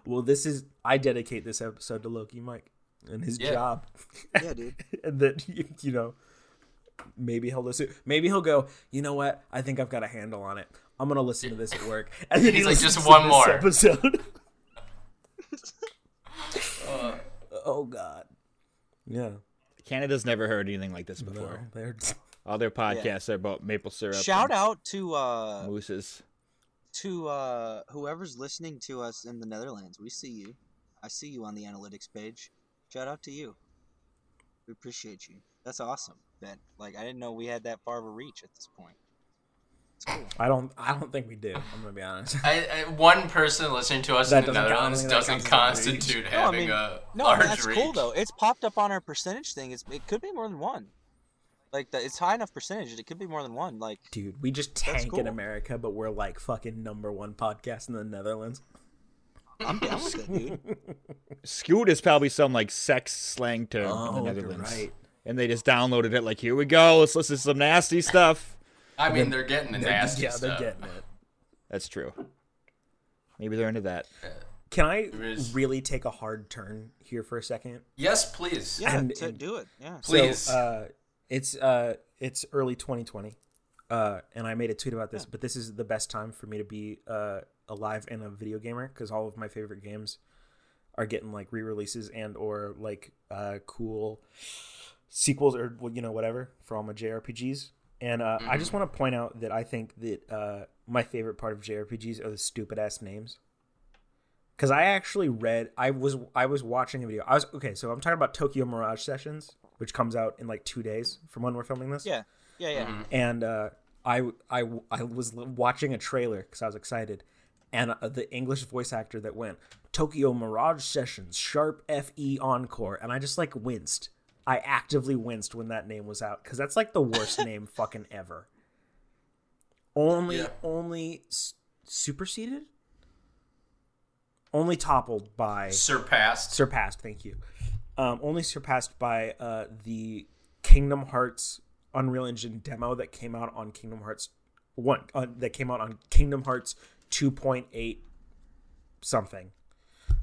Well, this is I dedicate this episode to Loki Mike and his
Yeah.
job, [laughs]
Yeah, dude.
and that [laughs] you you know maybe he'll listen. Maybe he'll go. You know what? I think I've got a handle on it. I'm gonna listen to this at work, [laughs] and then
He's
he
like,
listens
"Just
to
one
this [laughs]
more."
episode.
Uh.
[laughs] oh God, yeah.
Canada's never heard anything like this
No,
before.
they're
All their podcasts are about maple syrup.
Shout out to uh
mooses.
to uh whoever's listening to us in the Netherlands. We see you. I see you on the analytics page. Shout out to you. We appreciate you. That's awesome. That like I didn't know we had that far of a reach at this point. It's
[laughs]
cool.
I don't. I don't think we do. I'm gonna be honest.
I, I, one person listening to us
That
in the
doesn't count.
Netherlands
That
doesn't
counts as a reach.
constitute
No, I
having
mean,
a
no, I mean,
large
that's
reach.
cool though. It's popped up on our percentage thing. It's, it could be more than one. Like the, it's high enough percentage. It could be more than one. Like
Dude, we just tank in
cool.
America, but we're like fucking number one podcast in the Netherlands.
I'm [laughs] down with it, dude.
Scoot is probably some like sex slang term in
Oh,
the
you're
Netherlands.
right.
And they just downloaded it like, here we go, let's listen to some nasty stuff.
I mean, they're getting the
[laughs]
nasty
yeah,
stuff.
they're getting it.
That's true. Maybe they're into that.
Can I
is-
really take a hard turn here for a second?
Yes, please.
Yeah,
And-
to
and-
do it. Yeah.
Please.
So, uh, it's uh, it's early 2020, uh, and I made a tweet about this. But this is the best time for me to be uh, alive and a video gamer because all of my favorite games are getting like re-releases and or like uh, cool sequels or well, you know whatever for all my JRPGs. And uh, I just want to point out that I think that uh, my favorite part of JRPGs are the stupid ass names. Because I actually read, I was I was watching a video. I was okay, so I'm talking about Tokyo Mirage Sessions, which comes out in like two days from when we're filming this.
Yeah. Yeah. Yeah.
And uh, I I I was l- watching a trailer because I was excited, and uh, the English voice actor that went Tokyo Mirage Sessions Sharp F E Encore, and I just like winced. I actively winced when that name was out because that's like the worst name fucking ever. Only
Yeah.
only s- superseded. Only toppled by
Surpassed.
surpassed. Thank you. Um, only surpassed by uh, the Kingdom Hearts Unreal Engine demo that came out on Kingdom Hearts one uh, that came out on Kingdom Hearts two point eight something,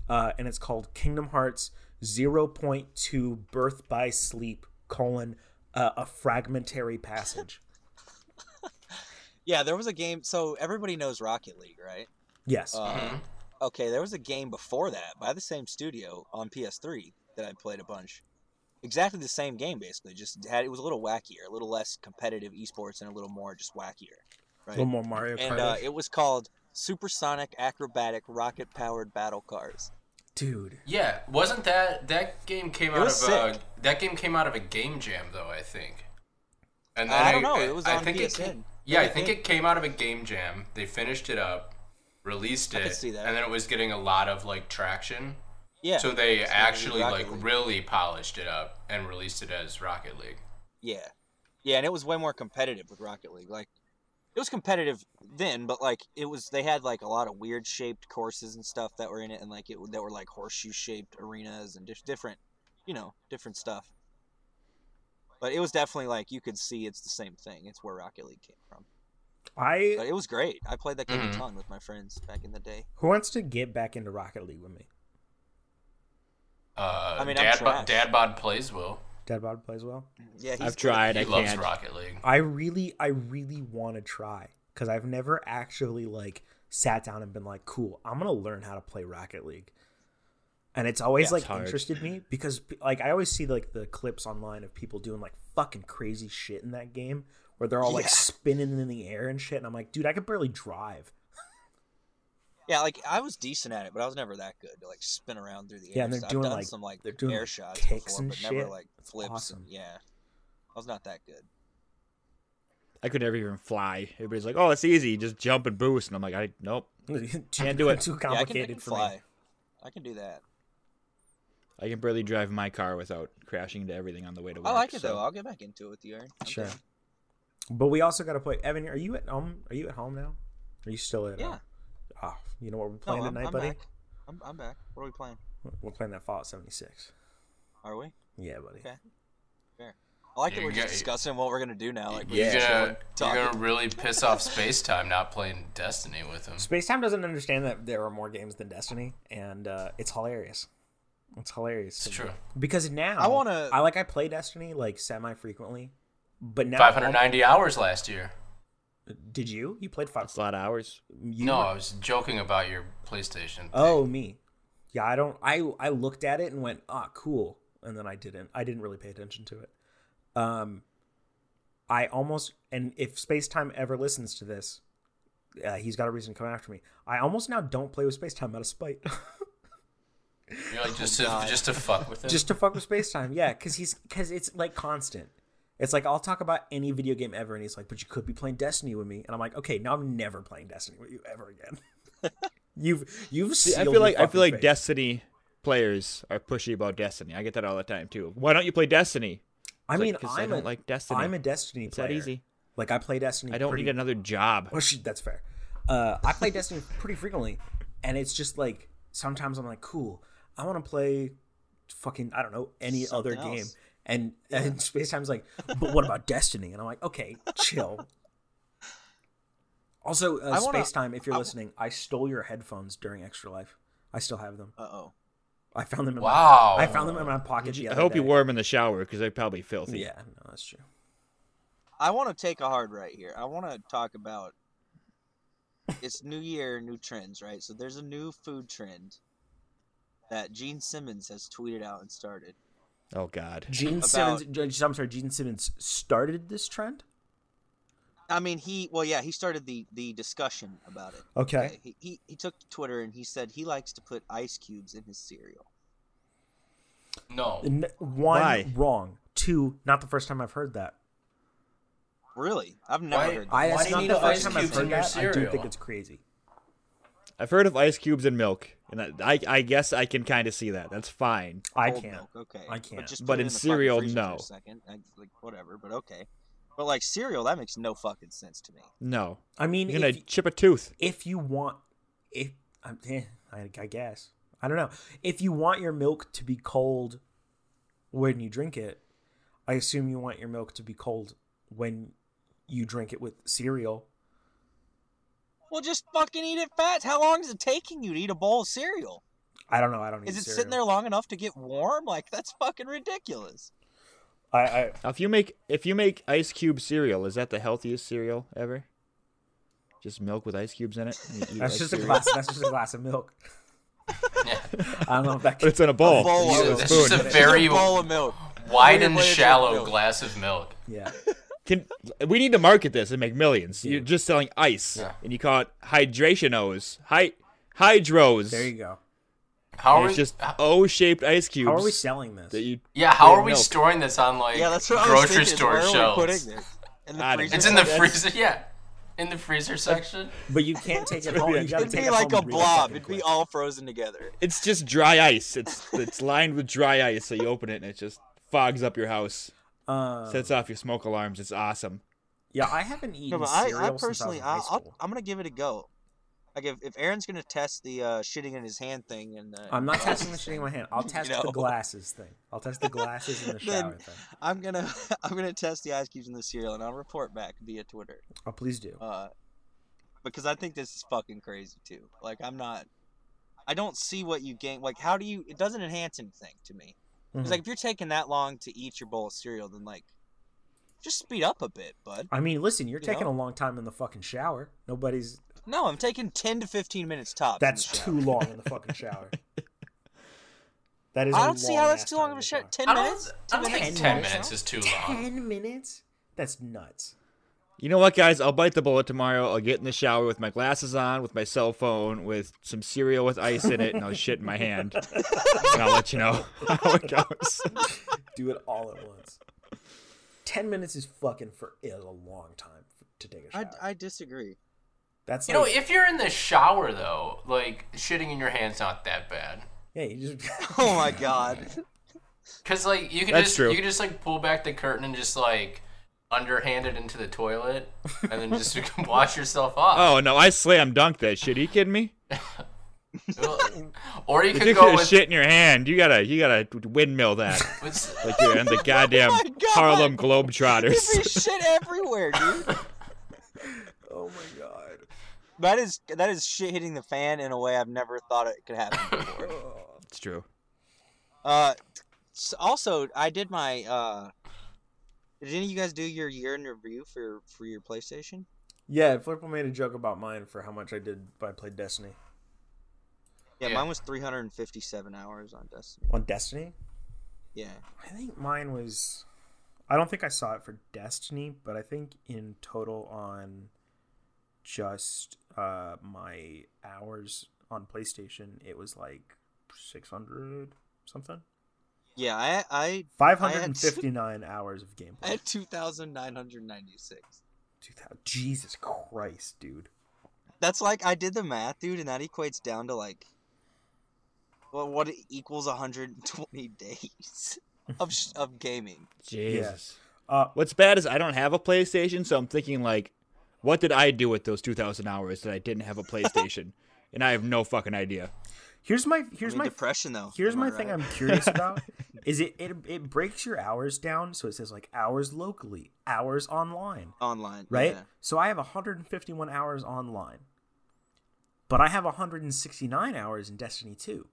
uh, and it's called Kingdom Hearts zero point two Birth by Sleep colon uh, a fragmentary
[laughs]
passage.
Yeah. There was a game. So everybody knows Rocket League, right?
Yes,
Uh, Okay. There was a game before that by the same studio on PS3 that I played a bunch. Exactly the same game, basically. Just had it was a little wackier, a little less competitive esports, and a little more just wackier.
a
Right.
little more Mario Kart.
and uh, it was called Supersonic Acrobatic Rocket Powered Battle Cars.
Dude,
Yeah, wasn't that that game came out of
was
a,
sick.
that game came out of a game jam though I think. And
I don't know, it was on
It,
PSN.
ca- yeah, I
Really
think
big.
it came out of a game jam. They finished it up, released it,
could see that.
and then it was getting a lot of like traction.
Yeah.
So they
it's gonna be
actually
Rocket
like
League.
really polished it up and released it as Rocket League.
Yeah. Yeah, and it was way more competitive with Rocket League. Like it was competitive then, but like it was they had like a lot of weird shaped courses and stuff that were in it and like it that were like horseshoe shaped arenas and just different, you know, different stuff. But it was definitely like you could see it's the same thing. It's where Rocket League came from.
I
But it was great. I played that game
Mhm.
Mm-hmm.
a ton with my friends back in the day.
who wants to get back into Rocket League with me?
Uh,
I mean, I'm
Dad,
trash.
Bod, Dad Bod plays well.
Dad Bod plays well.
Yeah, he's
I've
good.
tried.
He
I
loves
can't.
Rocket League.
I really, I really want to try because I've never actually like sat down and been like, cool, I'm gonna learn how to play Rocket League. And it's always
Yeah,
like
it's hard.
interested me because like I always see like the clips online of people doing like fucking crazy shit in that game where they're all like
Yeah.
spinning in the air and shit, and I'm like, dude, I could barely drive. [laughs]
Yeah, like I was decent at it, but I was never that good to like spin around through the air.
Yeah, and they're
So
doing,
I've done
like-
some like
they're doing,
air
like,
shots
kicks
before,
and
but never
shit.
like
It's
flips. and-
awesome.
yeah, I was not that good.
I could never even fly. Everybody's like, oh, it's easy. Just jump and boost. And I'm like, I nope.
Can't [laughs]
do it.
Too
Yeah, I can, I
complicated
can
for
fly.
me.
I can do that.
I can barely drive my car without crashing into everything on the way to work.
I like it
so-
though. I'll get back into it with you, Aaron. I'm
Sure.
down.
But we also got to play. Evan, are you at home? Are you at home now? Are you still at?
Yeah.
Uh, oh, you know what we're
No,
playing
I'm,
tonight,
I'm
buddy?
back. I'm, I'm back. What are we playing?
We're playing that Fallout 76.
Are we?
Yeah, buddy.
Okay. I like that
You
we're just
got-
discussing what we're gonna do now. Like, we're
You're
just
gonna,
talking.
you're gonna really piss off Space Time not playing Destiny with him.
Space Time doesn't understand that there are more games than Destiny, and uh, it's hilarious. It's hilarious.
It's true.
Because now
I wanna-
I like I play Destiny like semi frequently, but now
590 hours last year.
Did you? You played five?
That's a lot of hours.
You
no,
were-
I was joking about your PlayStation.
Oh me. Yeah, I don't. I I looked at it and went, ah, cool, and then I didn't. I didn't really pay attention to it. Um, I almost and if Space Time ever listens to this, uh, he's got a reason to come after me. I almost now don't play with Space Time out of spite. [laughs]
You're like just to,
God.
just to fuck with
[laughs]
him.
just to fuck with space time yeah because he's because it's like constant it's like i'll talk about any video game ever and he's like but you could be playing destiny with me and i'm like okay now i'm never playing destiny with you ever again [laughs] you've you've
See,
sealed
I feel
your
like I
fucking
feel like
fate.
Destiny players are pushy about Destiny. I get that all the time too. Why don't you play Destiny?
I
It's
mean,
like, 'cause
I'm
I don't
a,
like Destiny.
I'm a Destiny
it's
player.
that easy.
Like I play Destiny.
I don't
pretty, [laughs]
need another job.
Well, shit, that's fair. Uh, I play Destiny [laughs] pretty frequently, and it's just like sometimes I'm like, cool, I want to play fucking I don't know any other
Something
game,
else.
and and [laughs] Space Time's like, but what about Destiny? And I'm like, okay,
[laughs]
chill. Also, uh,
I wanna-
Space Time, if you're
I w-
listening, I stole your headphones during Extra Life. I still have them.
Uh oh.
I found them. In
Wow.
My, I found them in my pocket. the
I
other
hope you
day.
wore them in the shower because they're probably filthy.
Yeah, no, that's true.
I want to take a hard right here. I want to talk about it's new year, new trends, right? So there's a new food trend that Gene Simmons has tweeted out and started.
Oh God.
Gene
About-
Simmons. Judge- I'm sorry. Gene Simmons started this trend.
I mean, he well, yeah, he started the the discussion about it. Okay, He, he he took to Twitter and he said he likes to put ice cubes in his cereal.
no.
N- one
Oh. Why?
wrong. Two. Not the first time I've heard that.
Really, I've never
Why-
heard that.
I,
Why
that's
do you
not
need
the
ice
first time I've
cubes in
heard
your
that. I do
cereal?
think it's crazy.
I've heard of ice cubes and milk, and I I, I guess I can kind of see that. That's fine.
I
Old
can't.
milk, okay.
I can't.
just
But
put it
in
the fucking
cereal,
freezer for a
no.
second, I- like whatever, but okay. But like cereal, that makes no fucking sense to me.
No,
I mean,
you're gonna
if,
chip a tooth.
if you want, if I'm, eh, I, I guess I don't know. If you want your milk to be cold when you drink it, I assume you want your milk to be cold when you drink it with cereal.
Well, just fucking eat it fast. How long is it taking you to eat a bowl of cereal?
I don't know. I don't.
Is
eat
it
cereal.
sitting there long enough to get warm? Like that's fucking ridiculous.
I, I
Now, if you make if you make ice cube cereal, is that the healthiest cereal ever? Just milk with ice cubes in it. and you
[laughs]
eat
that's
ice
just a
cereal?
glass. That's just a glass of milk. I don't know if that.
But it's in a bowl.
A bowl
You use
of-
a
That's
spoon.
just a
It's
Very-
a bowl of milk.
Wide
Weird
and
way to drink
shallow
milk.
glass of milk.
[laughs] yeah.
Can, we need to market this and make millions. You're just selling ice,
Yeah.
and you call it hydration O's. Hy- hydros.
There you go.
How
And
are
it's
we-
just O shaped ice cubes.
How are we selling this?
that you
yeah? How
put in
are we
milk.
storing this on like
Yeah, that's what I was
grocery
thinking.
store
Where are we putting
shelves?
this? In the
I don't
freezer.
know.
It's in the
That's-
freezer. Yeah, in the freezer section.
But you can't
[laughs]
take it home. You gotta
It'd
take
be
it
like
home
a
really
blob.
fucking
It'd be
quick.
all frozen together.
It's just dry ice. It's it's lined with dry ice. So you open it and it just fogs up your house,
Uh,
sets off your smoke alarms. It's awesome.
yeah, I haven't eaten
No, but I,
cereal
I personally,
since I
I,
was in high
I'll,
school.
I'm gonna give it a go. Like if, if Aaron's gonna test the uh, shitting in his hand thing, and uh,
i am not testing the shit in my hand.
[laughs]
I'll test
know.
the glasses thing. I'll test the glasses in the shower
[laughs] Then-
thing.
I'm gonna [laughs] I'm gonna test the ice cubes in the cereal, and I'll report back via Twitter.
Oh, please do.
Uh, because I think this is fucking crazy too. Like I'm not, I don't see what you gain. Like how do you? It doesn't enhance anything to me.
Mhm.
It's like if you're taking that long to eat your bowl of cereal, then like, just speed up a bit, bud.
I mean, listen, you're
you
taking
know?
a long time in the fucking shower. Nobody's.
No, I'm taking ten to fifteen minutes tops. in
That's
the shower.
too long in the fucking
[laughs]
shower. That is.
I
a
don't see how
long-ass
that's too long
time
of
in
a
the
show.
shower.
Ten
I
minutes?
don't, I don't think ten
minutes,
minutes is too long.
Ten minutes. That's nuts.
You know what, guys? I'll bite the bullet tomorrow. I'll get in the shower with my glasses on, with my cell phone, with some cereal with ice in it, and I'll shit in my hand. and I'll let you know [laughs] how it goes.
Do it all at once. Ten minutes is fucking for is a long time for, to take a shower.
I, I disagree.
That's
You know,
like,
if you're in the shower though, like shitting in your hand's not that bad.
yeah, you just [laughs]
Oh my
[laughs]
god. [laughs]
Cause like you can
That's
just
true.
you can just like pull back the curtain and just like underhand it into the toilet and then just [laughs] wash yourself off.
Oh no, I slam dunked that shit. Are you kidding me?
Or you
Oh, You
could
took
go
a
with,
shit in your hand. You gotta, you gotta windmill
[laughs]
that
with
like you're in the goddamn
Oh
my God.
Harlem
There'd
Globetrotters.
be shit everywhere, dude.
[laughs] oh my god.
That is that is shit hitting the fan in a way I've never thought it could
[laughs]
happen before.
it's true.
Uh, s- also, I did my. uh Did any of you guys do your year in review for for your PlayStation?
Yeah, Flipple made a joke about mine for how much I did when I played Destiny.
Yeah,
Yeah.
mine was 357 hours on Destiny.
On Destiny?
Yeah,
I think mine was I don't think I saw it for Destiny, but I think in total on just uh my hours on PlayStation, it was like 600 something.
yeah. I I,
559 hours of
I
gameplay.
had 2,996.
2000 Jesus Christ, dude.
That's like I did the math, dude, and that equates down to like. Well, what it equals 120 [laughs] days. of sh- of gaming.
Jesus.
Uh,
What's bad is I don't have a PlayStation, so I'm thinking like, what did I do with those 2,000 hours that I didn't have a PlayStation? and I have no fucking idea.
Here's my here's
Here's I mean,
my
depression though.
Here's
am I
my thing
right?
I'm
[laughs]
curious about is it, it it breaks your hours down so it says like hours locally, hours online,
online,
right?
yeah.
So I have 151 hours online. But I have 169 hours in Destiny 2.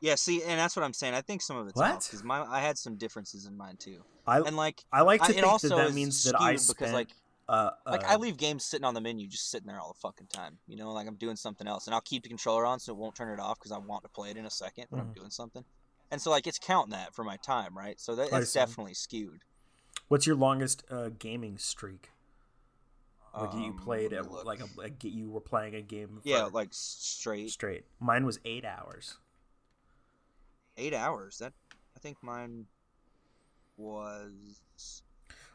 Yeah, see, and that's what I'm saying. I think some of it's
What?
because my I had some differences in mine too,
I
and like
I like to
I- it
think that
also
that
is
means that I
skewed
spent
because, like-
uh,
like
uh,
I leave games sitting on the menu, just sitting there all the fucking time. You know, like I'm doing something else, and I'll keep the controller on so it won't turn it off because I want to play it in a second when
Mm-hmm.
I'm doing something. And so, like, it's counting that for my time, right? So that
I
it's
see.
definitely skewed.
What's your longest uh, gaming streak? Like you
Um,
played
let
a,
me look.
like a, like you were playing a game for
yeah, like s- straight
straight. Mine was 8 hours.
eight hours. That I think mine was [laughs]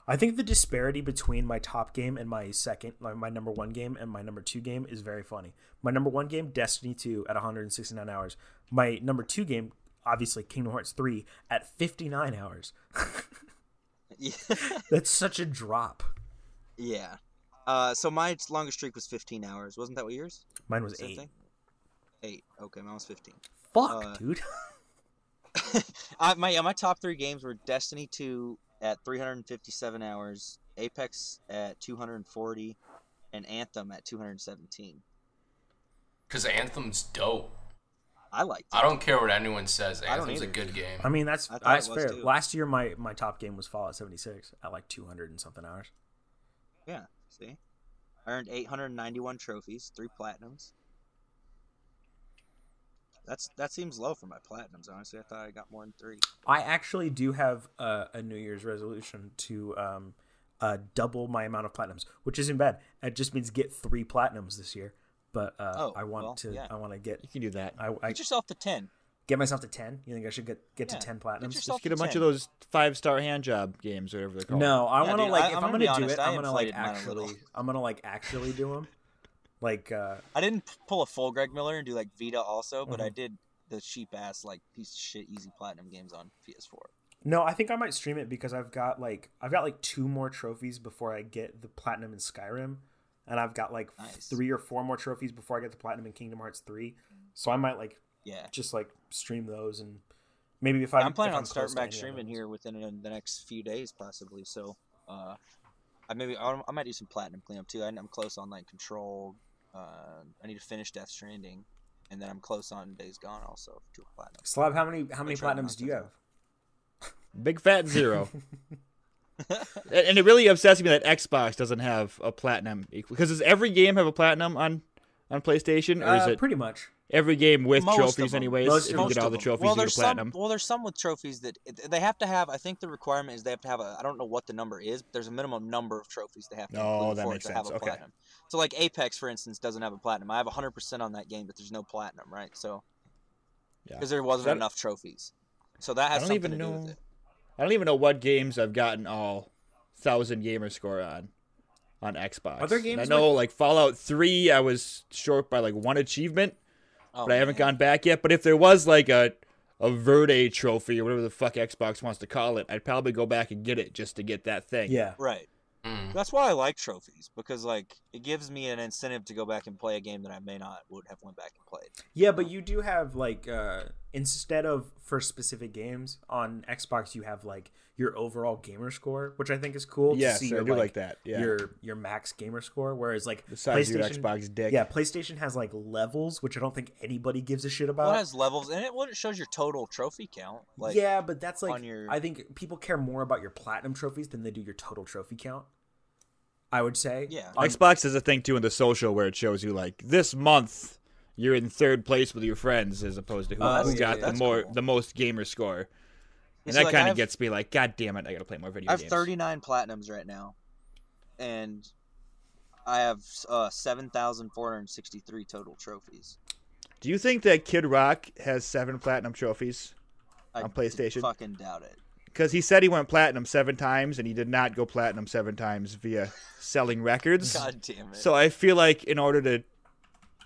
I think the disparity between my top game and my second, like my number one game and my number two game, is very funny. My number one game, Destiny 2, at 169 hours. My number two game, obviously Kingdom Hearts 3, at 59 hours. [laughs]
yeah.
That's such a drop.
yeah. Uh, so my longest streak was 15 hours. Wasn't that what yours?
Mine was
Same
eight.
thing? Eight. Okay, mine was 15.
Fuck,
Uh,
dude. [laughs]
[laughs] I, my yeah, my top three games were Destiny 2 at 357 hours, Apex at 240, and Anthem at 217.
Because Anthem's dope.
I liked it.
I don't care what anyone says.
I don't
Anthem's a
either.
good game.
I mean, that's
I thought
that's
it was
fair.
too.
Last year, my my top game was Fallout 76 at like 200 and something hours.
Yeah. See, I earned 891 trophies, three platinums. That's that seems low for my platinums. Honestly, I thought I got more than three.
I actually do have a, a New Year's resolution to um, uh, double my amount of platinums, which isn't bad. It just means get three platinums this year. But uh,
Oh,
I want
well,
to.
yeah.
I want to get.
You can do that.
I, I
Get yourself to 10.
get myself to ten. You think I should get get
Yeah,
to ten
get
platinums?
yourself
Just get a
to
bunch
10.
of those five star hand job games or whatever they're called.
No, I
Yeah,
want to
dude,
like.
I-
if
I'm
I'm,
gonna
gonna
be
do
honest,
it,
I
I'm gonna like
inflated mine a
actually.
little.
I'm gonna like actually do them. Like uh,
I didn't p- pull a full Greg Miller and do like Vita also, but I did the cheap ass like piece of shit easy platinum games on PS4.
no, I think I might stream it because I've got like I've got like two more trophies before I get the platinum in Skyrim, and I've got like
Nice.
three or four more trophies before I get the platinum in Kingdom Hearts three. So I might like
Yeah,
just like stream those and maybe if
I'm,
I'm,
planning
if
on
I'm close to
starting back
any of
streaming
those.
here within uh, the next few days possibly. So, uh, I maybe I'll, I might do some platinum cleanup too. I, I'm close on like Control. Uh, I need to finish Death Stranding, and then I'm close on Days Gone also to a platinum.
Slab, how many how many
try to
platinums
knock
do you
those
have?
Big fat zero. and and it really obsesses me that Xbox doesn't have a platinum because does every game have a platinum on on PlayStation or is
Uh,
it
pretty much.
every game with
Most of
trophies
them.
anyways?
Most-
if you
most
get all
of
the
them.
trophies,
well,
you
there's
get a platinum.
some. Well, there's some with trophies that they have to have. I think the requirement is they have to have a. I don't know what the number is, but there's a minimum number of trophies they have to
Oh,
include
that
for
makes
it to have
sense.
a
Okay.
platinum. So like Apex, for instance, doesn't have a platinum. I have 100% on that game, but there's no platinum, right? So
Yeah.
because there wasn't
That-
enough trophies, so that has
don't
something
even
to do
know-
with it.
I don't even know what games I've gotten all thousand gamer score on on Xbox.
Are there
And I
games
know like Fallout Three, I was short by like one achievement,
Oh,
but I haven't
man.
gone back yet. But if there was like a a Verde trophy or whatever the fuck Xbox wants to call it, I'd probably go back and get it just to get that thing.
Yeah.
Right.
Mm.
That's why I like trophies because like it gives me an incentive to go back and play a game that I may not would have went back and played.
Yeah, but you do have like uh instead of for specific games on Xbox you have like your overall gamer score, which I think is cool
Yes,
to see
I
your,
do like that, yeah.
Your your max gamer score whereas like
The size of your
PlayStation-
Xbox dick.
Yeah, PlayStation has like levels, which I don't think anybody gives a shit about.
well, it has levels and it. Well, it shows your total trophy count. Like,
yeah, but that's like
on your-
I think people care more about your platinum trophies than they do your total trophy count. I would say.
Yeah.
On-
Xbox is a thing too in the social where it shows you like this month you're in third place with your friends as opposed to who,
Oh,
who
that's
got
good.
the
That's
more
cool.
the most gamer score. And
So,
that
like,
kind
I
of
have-
gets me like, God damn it, I gotta play more video
I have
games.
39 platinums right now, and I have uh, 7,463 total trophies.
Do you think that Kid Rock has seven platinum trophies?
I
On PlayStation?
fucking doubt it.
Because he said he went platinum seven times and he did not go platinum seven times via selling records.
God damn it.
[laughs] So I feel like in order to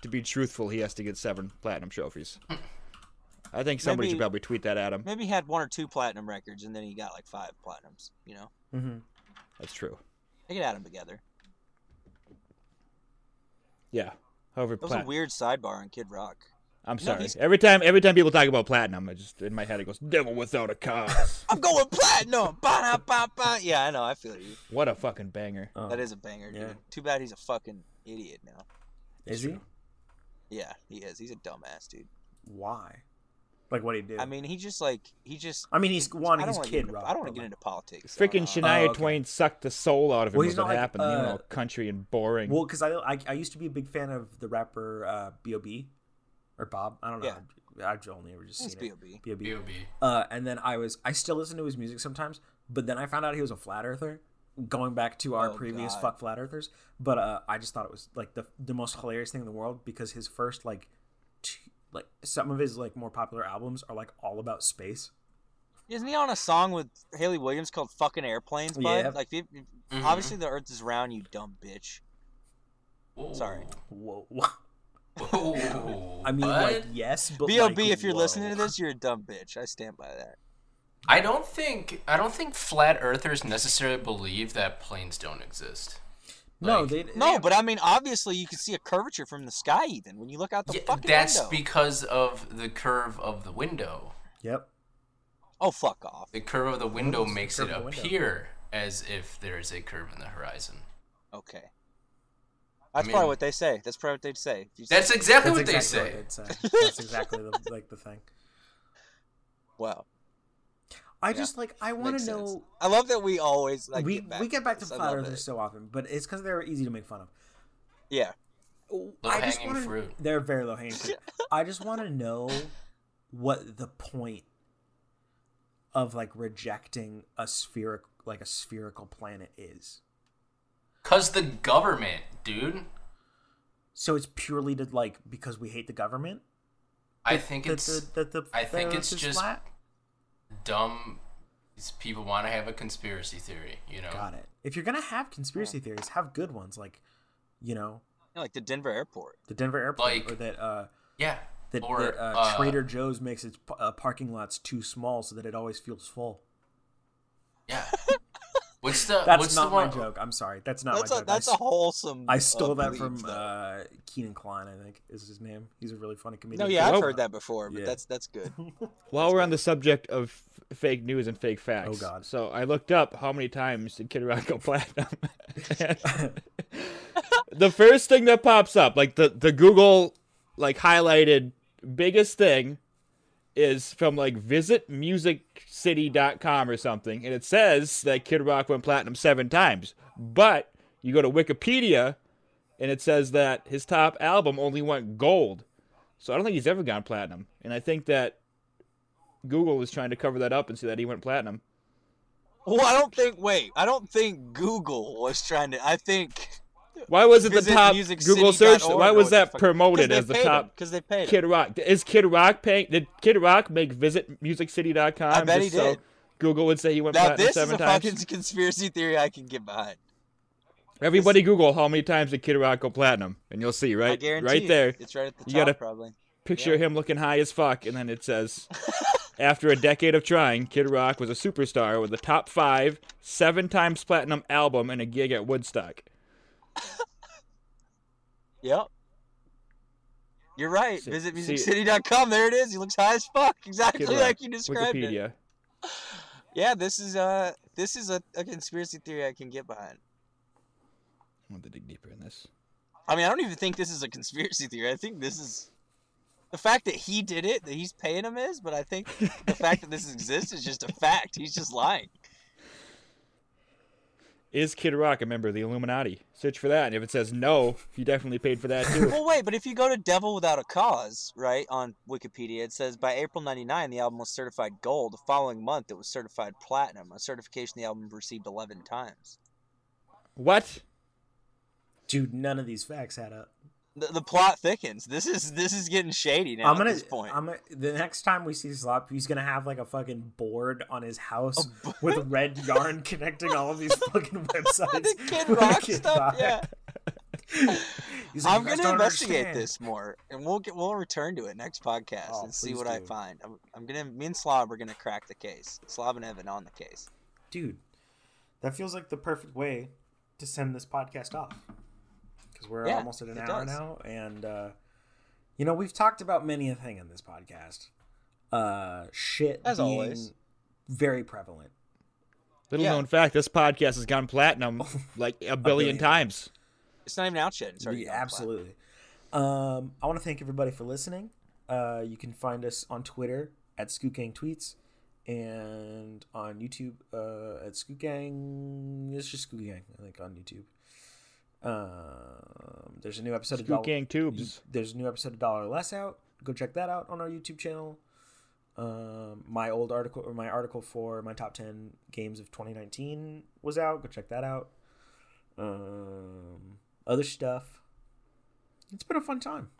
to be truthful, he has to get seven platinum trophies. I think somebody
Maybe-
should probably tweet that at him.
Maybe he had one or two platinum records, and then he got like five platinums. You know,
Mm-hmm.
That's true.
they could add them together.
Yeah. However,
That was
plat-
a weird sidebar on Kid Rock.
I'm
No,
sorry.
he's-
every time, every time people talk about platinum, I just in my head it goes "Devil Without a Cause."
I'm going platinum. [laughs] Ba ba ba. Yeah, I know. I feel you.
[laughs] what a fucking banger!
Oh.
That is a banger, dude.
yeah.
Too bad he's a fucking idiot now.
Is he?
Yeah, he is. He's a dumbass, dude.
Why? Like what he did?
I mean, he just like he just.
I mean, he's
I
wanting
don't
his
want to get
kid
into,
rock.
I don't
but,
want to get
like-
into politics. I
Freaking
don't know.
Shania
Oh, okay.
Twain sucked the soul out of him
Well,
when
he's
that
not like,
happened. you know,
uh,
all country and boring.
Well, because I, I I used to be a big fan of the rapper uh, B.O.B. or Bob. I don't know. I've only ever just
It's
seen it.
B.O.B.
B.O.B.
B.O.B.
Uh, and then I was I still listen to his music sometimes, but then I found out he was a flat earther. Going back to our
Oh,
previous
God.
fuck flat earthers, but uh, I just thought it was like the the most hilarious thing in the world because his first like two, like some of his like more popular albums are like all about space.
Isn't he on a song with Haley Williams called "Fucking Airplanes"? Bud?
Yeah.
Like, if- if-
Mhm.
obviously the Earth is round, you dumb bitch.
Whoa.
Sorry.
Whoa!
Whoa.
I mean,
what?
like yes, but
B.O.B.
like,
if you're
whoa.
listening to this, you're a dumb bitch. I stand by that.
I don't think I don't think flat earthers necessarily believe that planes don't exist.
no,
like-
they,
No, but I mean, obviously you can see a curvature from the sky even when you look out the
Yeah,
fucking
that's
window.
because of the curve of the window.
yep.
oh, fuck off.
The curve of the window
is the
makes
curve
it
of the window?
appear as if there is a curve in the horizon.
Okay. That's
mean-
probably what they say. That's probably what they'd say. If you say-
That's exactly what
That's exactly
they say.
what they'd say. That's exactly the, like the thing.
wow.
I
Yeah.
just like I want
Makes
to
sense.
know.
I love that we always like
we
get back
we get back to
this. I
flat
love
earthers
it.
so often, but it's because they're easy to make fun of.
Yeah.
I just
Low-hanging
wanna-
fruit.
They're very low hanging
[laughs]
fruit. I just want to know what the point of like rejecting a spheric like a spherical planet is.
Cause the government, dude.
So it's purely to like because we hate the government.
I think
that
it's
the, that the
I think
Earth
it's
is
just- dumb. These people want to have a conspiracy theory, you know.
Got it. If you're gonna have conspiracy theories, have good ones like, you know,
Yeah, like the Denver airport.
the Denver airport
Like-
or that uh,
Yeah.
that,
or
that uh,
uh,
Trader Joe's makes its p- uh, parking lots too small so that it always feels full.
Yeah.
[laughs]
What's the
That's
Uh, what's
not
the one?
my joke. I'm sorry. That's not
That's
my
a
joke. I
that's a
s-
wholesome.
I
uh,
stole that
belief,
from
though.
uh, Keenan Klein. I think is his name. He's a really funny comedian.
No, yeah, I've
Nope.
heard that before, but
Yeah.
that's that's good.
While we're on the subject of f- fake news and fake facts,
Oh, God.
So I looked up how many times did Kid Rock go [laughs] platinum. the first thing that pops up, like the the Google like highlighted biggest thing, is from like visitmusiccity.com or something, and it says that Kid Rock went platinum seven times. But you go to Wikipedia, and it says that his top album only went gold. So I don't think he's ever gone platinum, and I think that Google was trying to cover that up and say that he went platinum.
Well, I don't think. Wait, I don't think Google was trying to. I think
Why was it the
Visit
top Google
musiccity.org
search? Why
or
was
what the
that
fuck-
promoted
'cause they
as the
paid 'em,
top?
'cause they paid. 'em.
Kid Rock is Kid Rock paying? Did Kid Rock make visit musiccity.com?
I bet
just
he
so
did.
Google would say he went
Now
platinum
this is
seven
a
times.
fucking conspiracy theory I can get behind.
Everybody Google how many times did Kid Rock go platinum, and you'll see
I
right,
guarantee
right
you,
there.
It's right at the
You
top,
gotta-
probably.
Picture him looking high as fuck, and then
[laughs]
it says, after a decade of trying, Kid Rock was a superstar with a top five, seven times platinum album, and a gig at Woodstock.
Yep. You're right.
See-
Visit
see-
musiccity.com. There it is. He looks high as fuck. [laughs] Exactly
Kid Rock,
like you described it.
Wikipedia.
Yeah, this is uh this is a, a conspiracy theory I can get behind.
I want to dig deeper in this.
I mean, I don't even think this is a conspiracy theory. I think this is the fact that he did it, that he's paying him is, but I think the fact that this exists is just a fact. He's just lying.
Is Kid Rock a member of the Illuminati? Search for that, and if it says no, he definitely paid for that [laughs] too.
Well, wait, but if you go to Devil Without a Cause, right, on Wikipedia, it says by April 99, the album was certified gold. The following month, it was certified platinum, a certification the album received 11 times.
what?
Dude, none of these facts add up.
The, the plot thickens. This is this is getting shady now
I'm gonna.
at this point.
I'm gonna, the next time we see Slop, he's gonna have like a fucking board on his house [laughs] with red yarn [laughs]
[laughs]
connecting all of these fucking websites.
the Kid
with
Rock
Kid
stuff,
Rock.
yeah.
He's like,
I'm
"You guys
gonna
don't
investigate
understand."
this more, and we'll get we'll return to it next podcast
Oh,
and see
please
what I
do.
find. I'm, I'm gonna me and Slob are gonna crack the case. Slob and Evan on the case.
dude, that feels like the perfect way to send this podcast off because we're
Yeah,
almost at an
it
hour
does.
now, and uh, you know we've talked about many a thing in this podcast. Uh, shit,
As
being
always.
very prevalent.
Little
Yeah.
known fact: this podcast has gone platinum like [laughs] a billion,
billion.
times.
It's not even out yet. It's already
Yeah,
gone flat.
absolutely. Um, I want to thank everybody for listening. Uh, you can find us on Twitter at Skookang Tweets and on YouTube uh, at Skookang. It's just Skookang, I think, on YouTube. Um, there's a new episode of
Scoot
Dollar.
Gang Tubes.
There's a new episode of Dollar Less out. Go check that out on our YouTube channel. Um, my old article or my article for my top ten games of 2019 was out. Go check that out. Um, other stuff. It's been a fun time.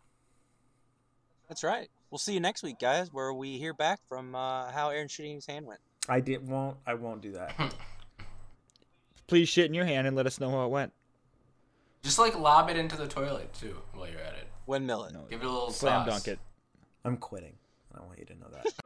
That's right. We'll see you next week, guys, where we hear back from uh, how Aaron Shitting's hand went.
I did won't I won't do that.
Please shit in your hand and let us know how it went.
Just like lob it into the toilet too while you're at it.
Windmill it.
Give it a little
Slam
toss.
dunk it.
I'm quitting. I want you to know that.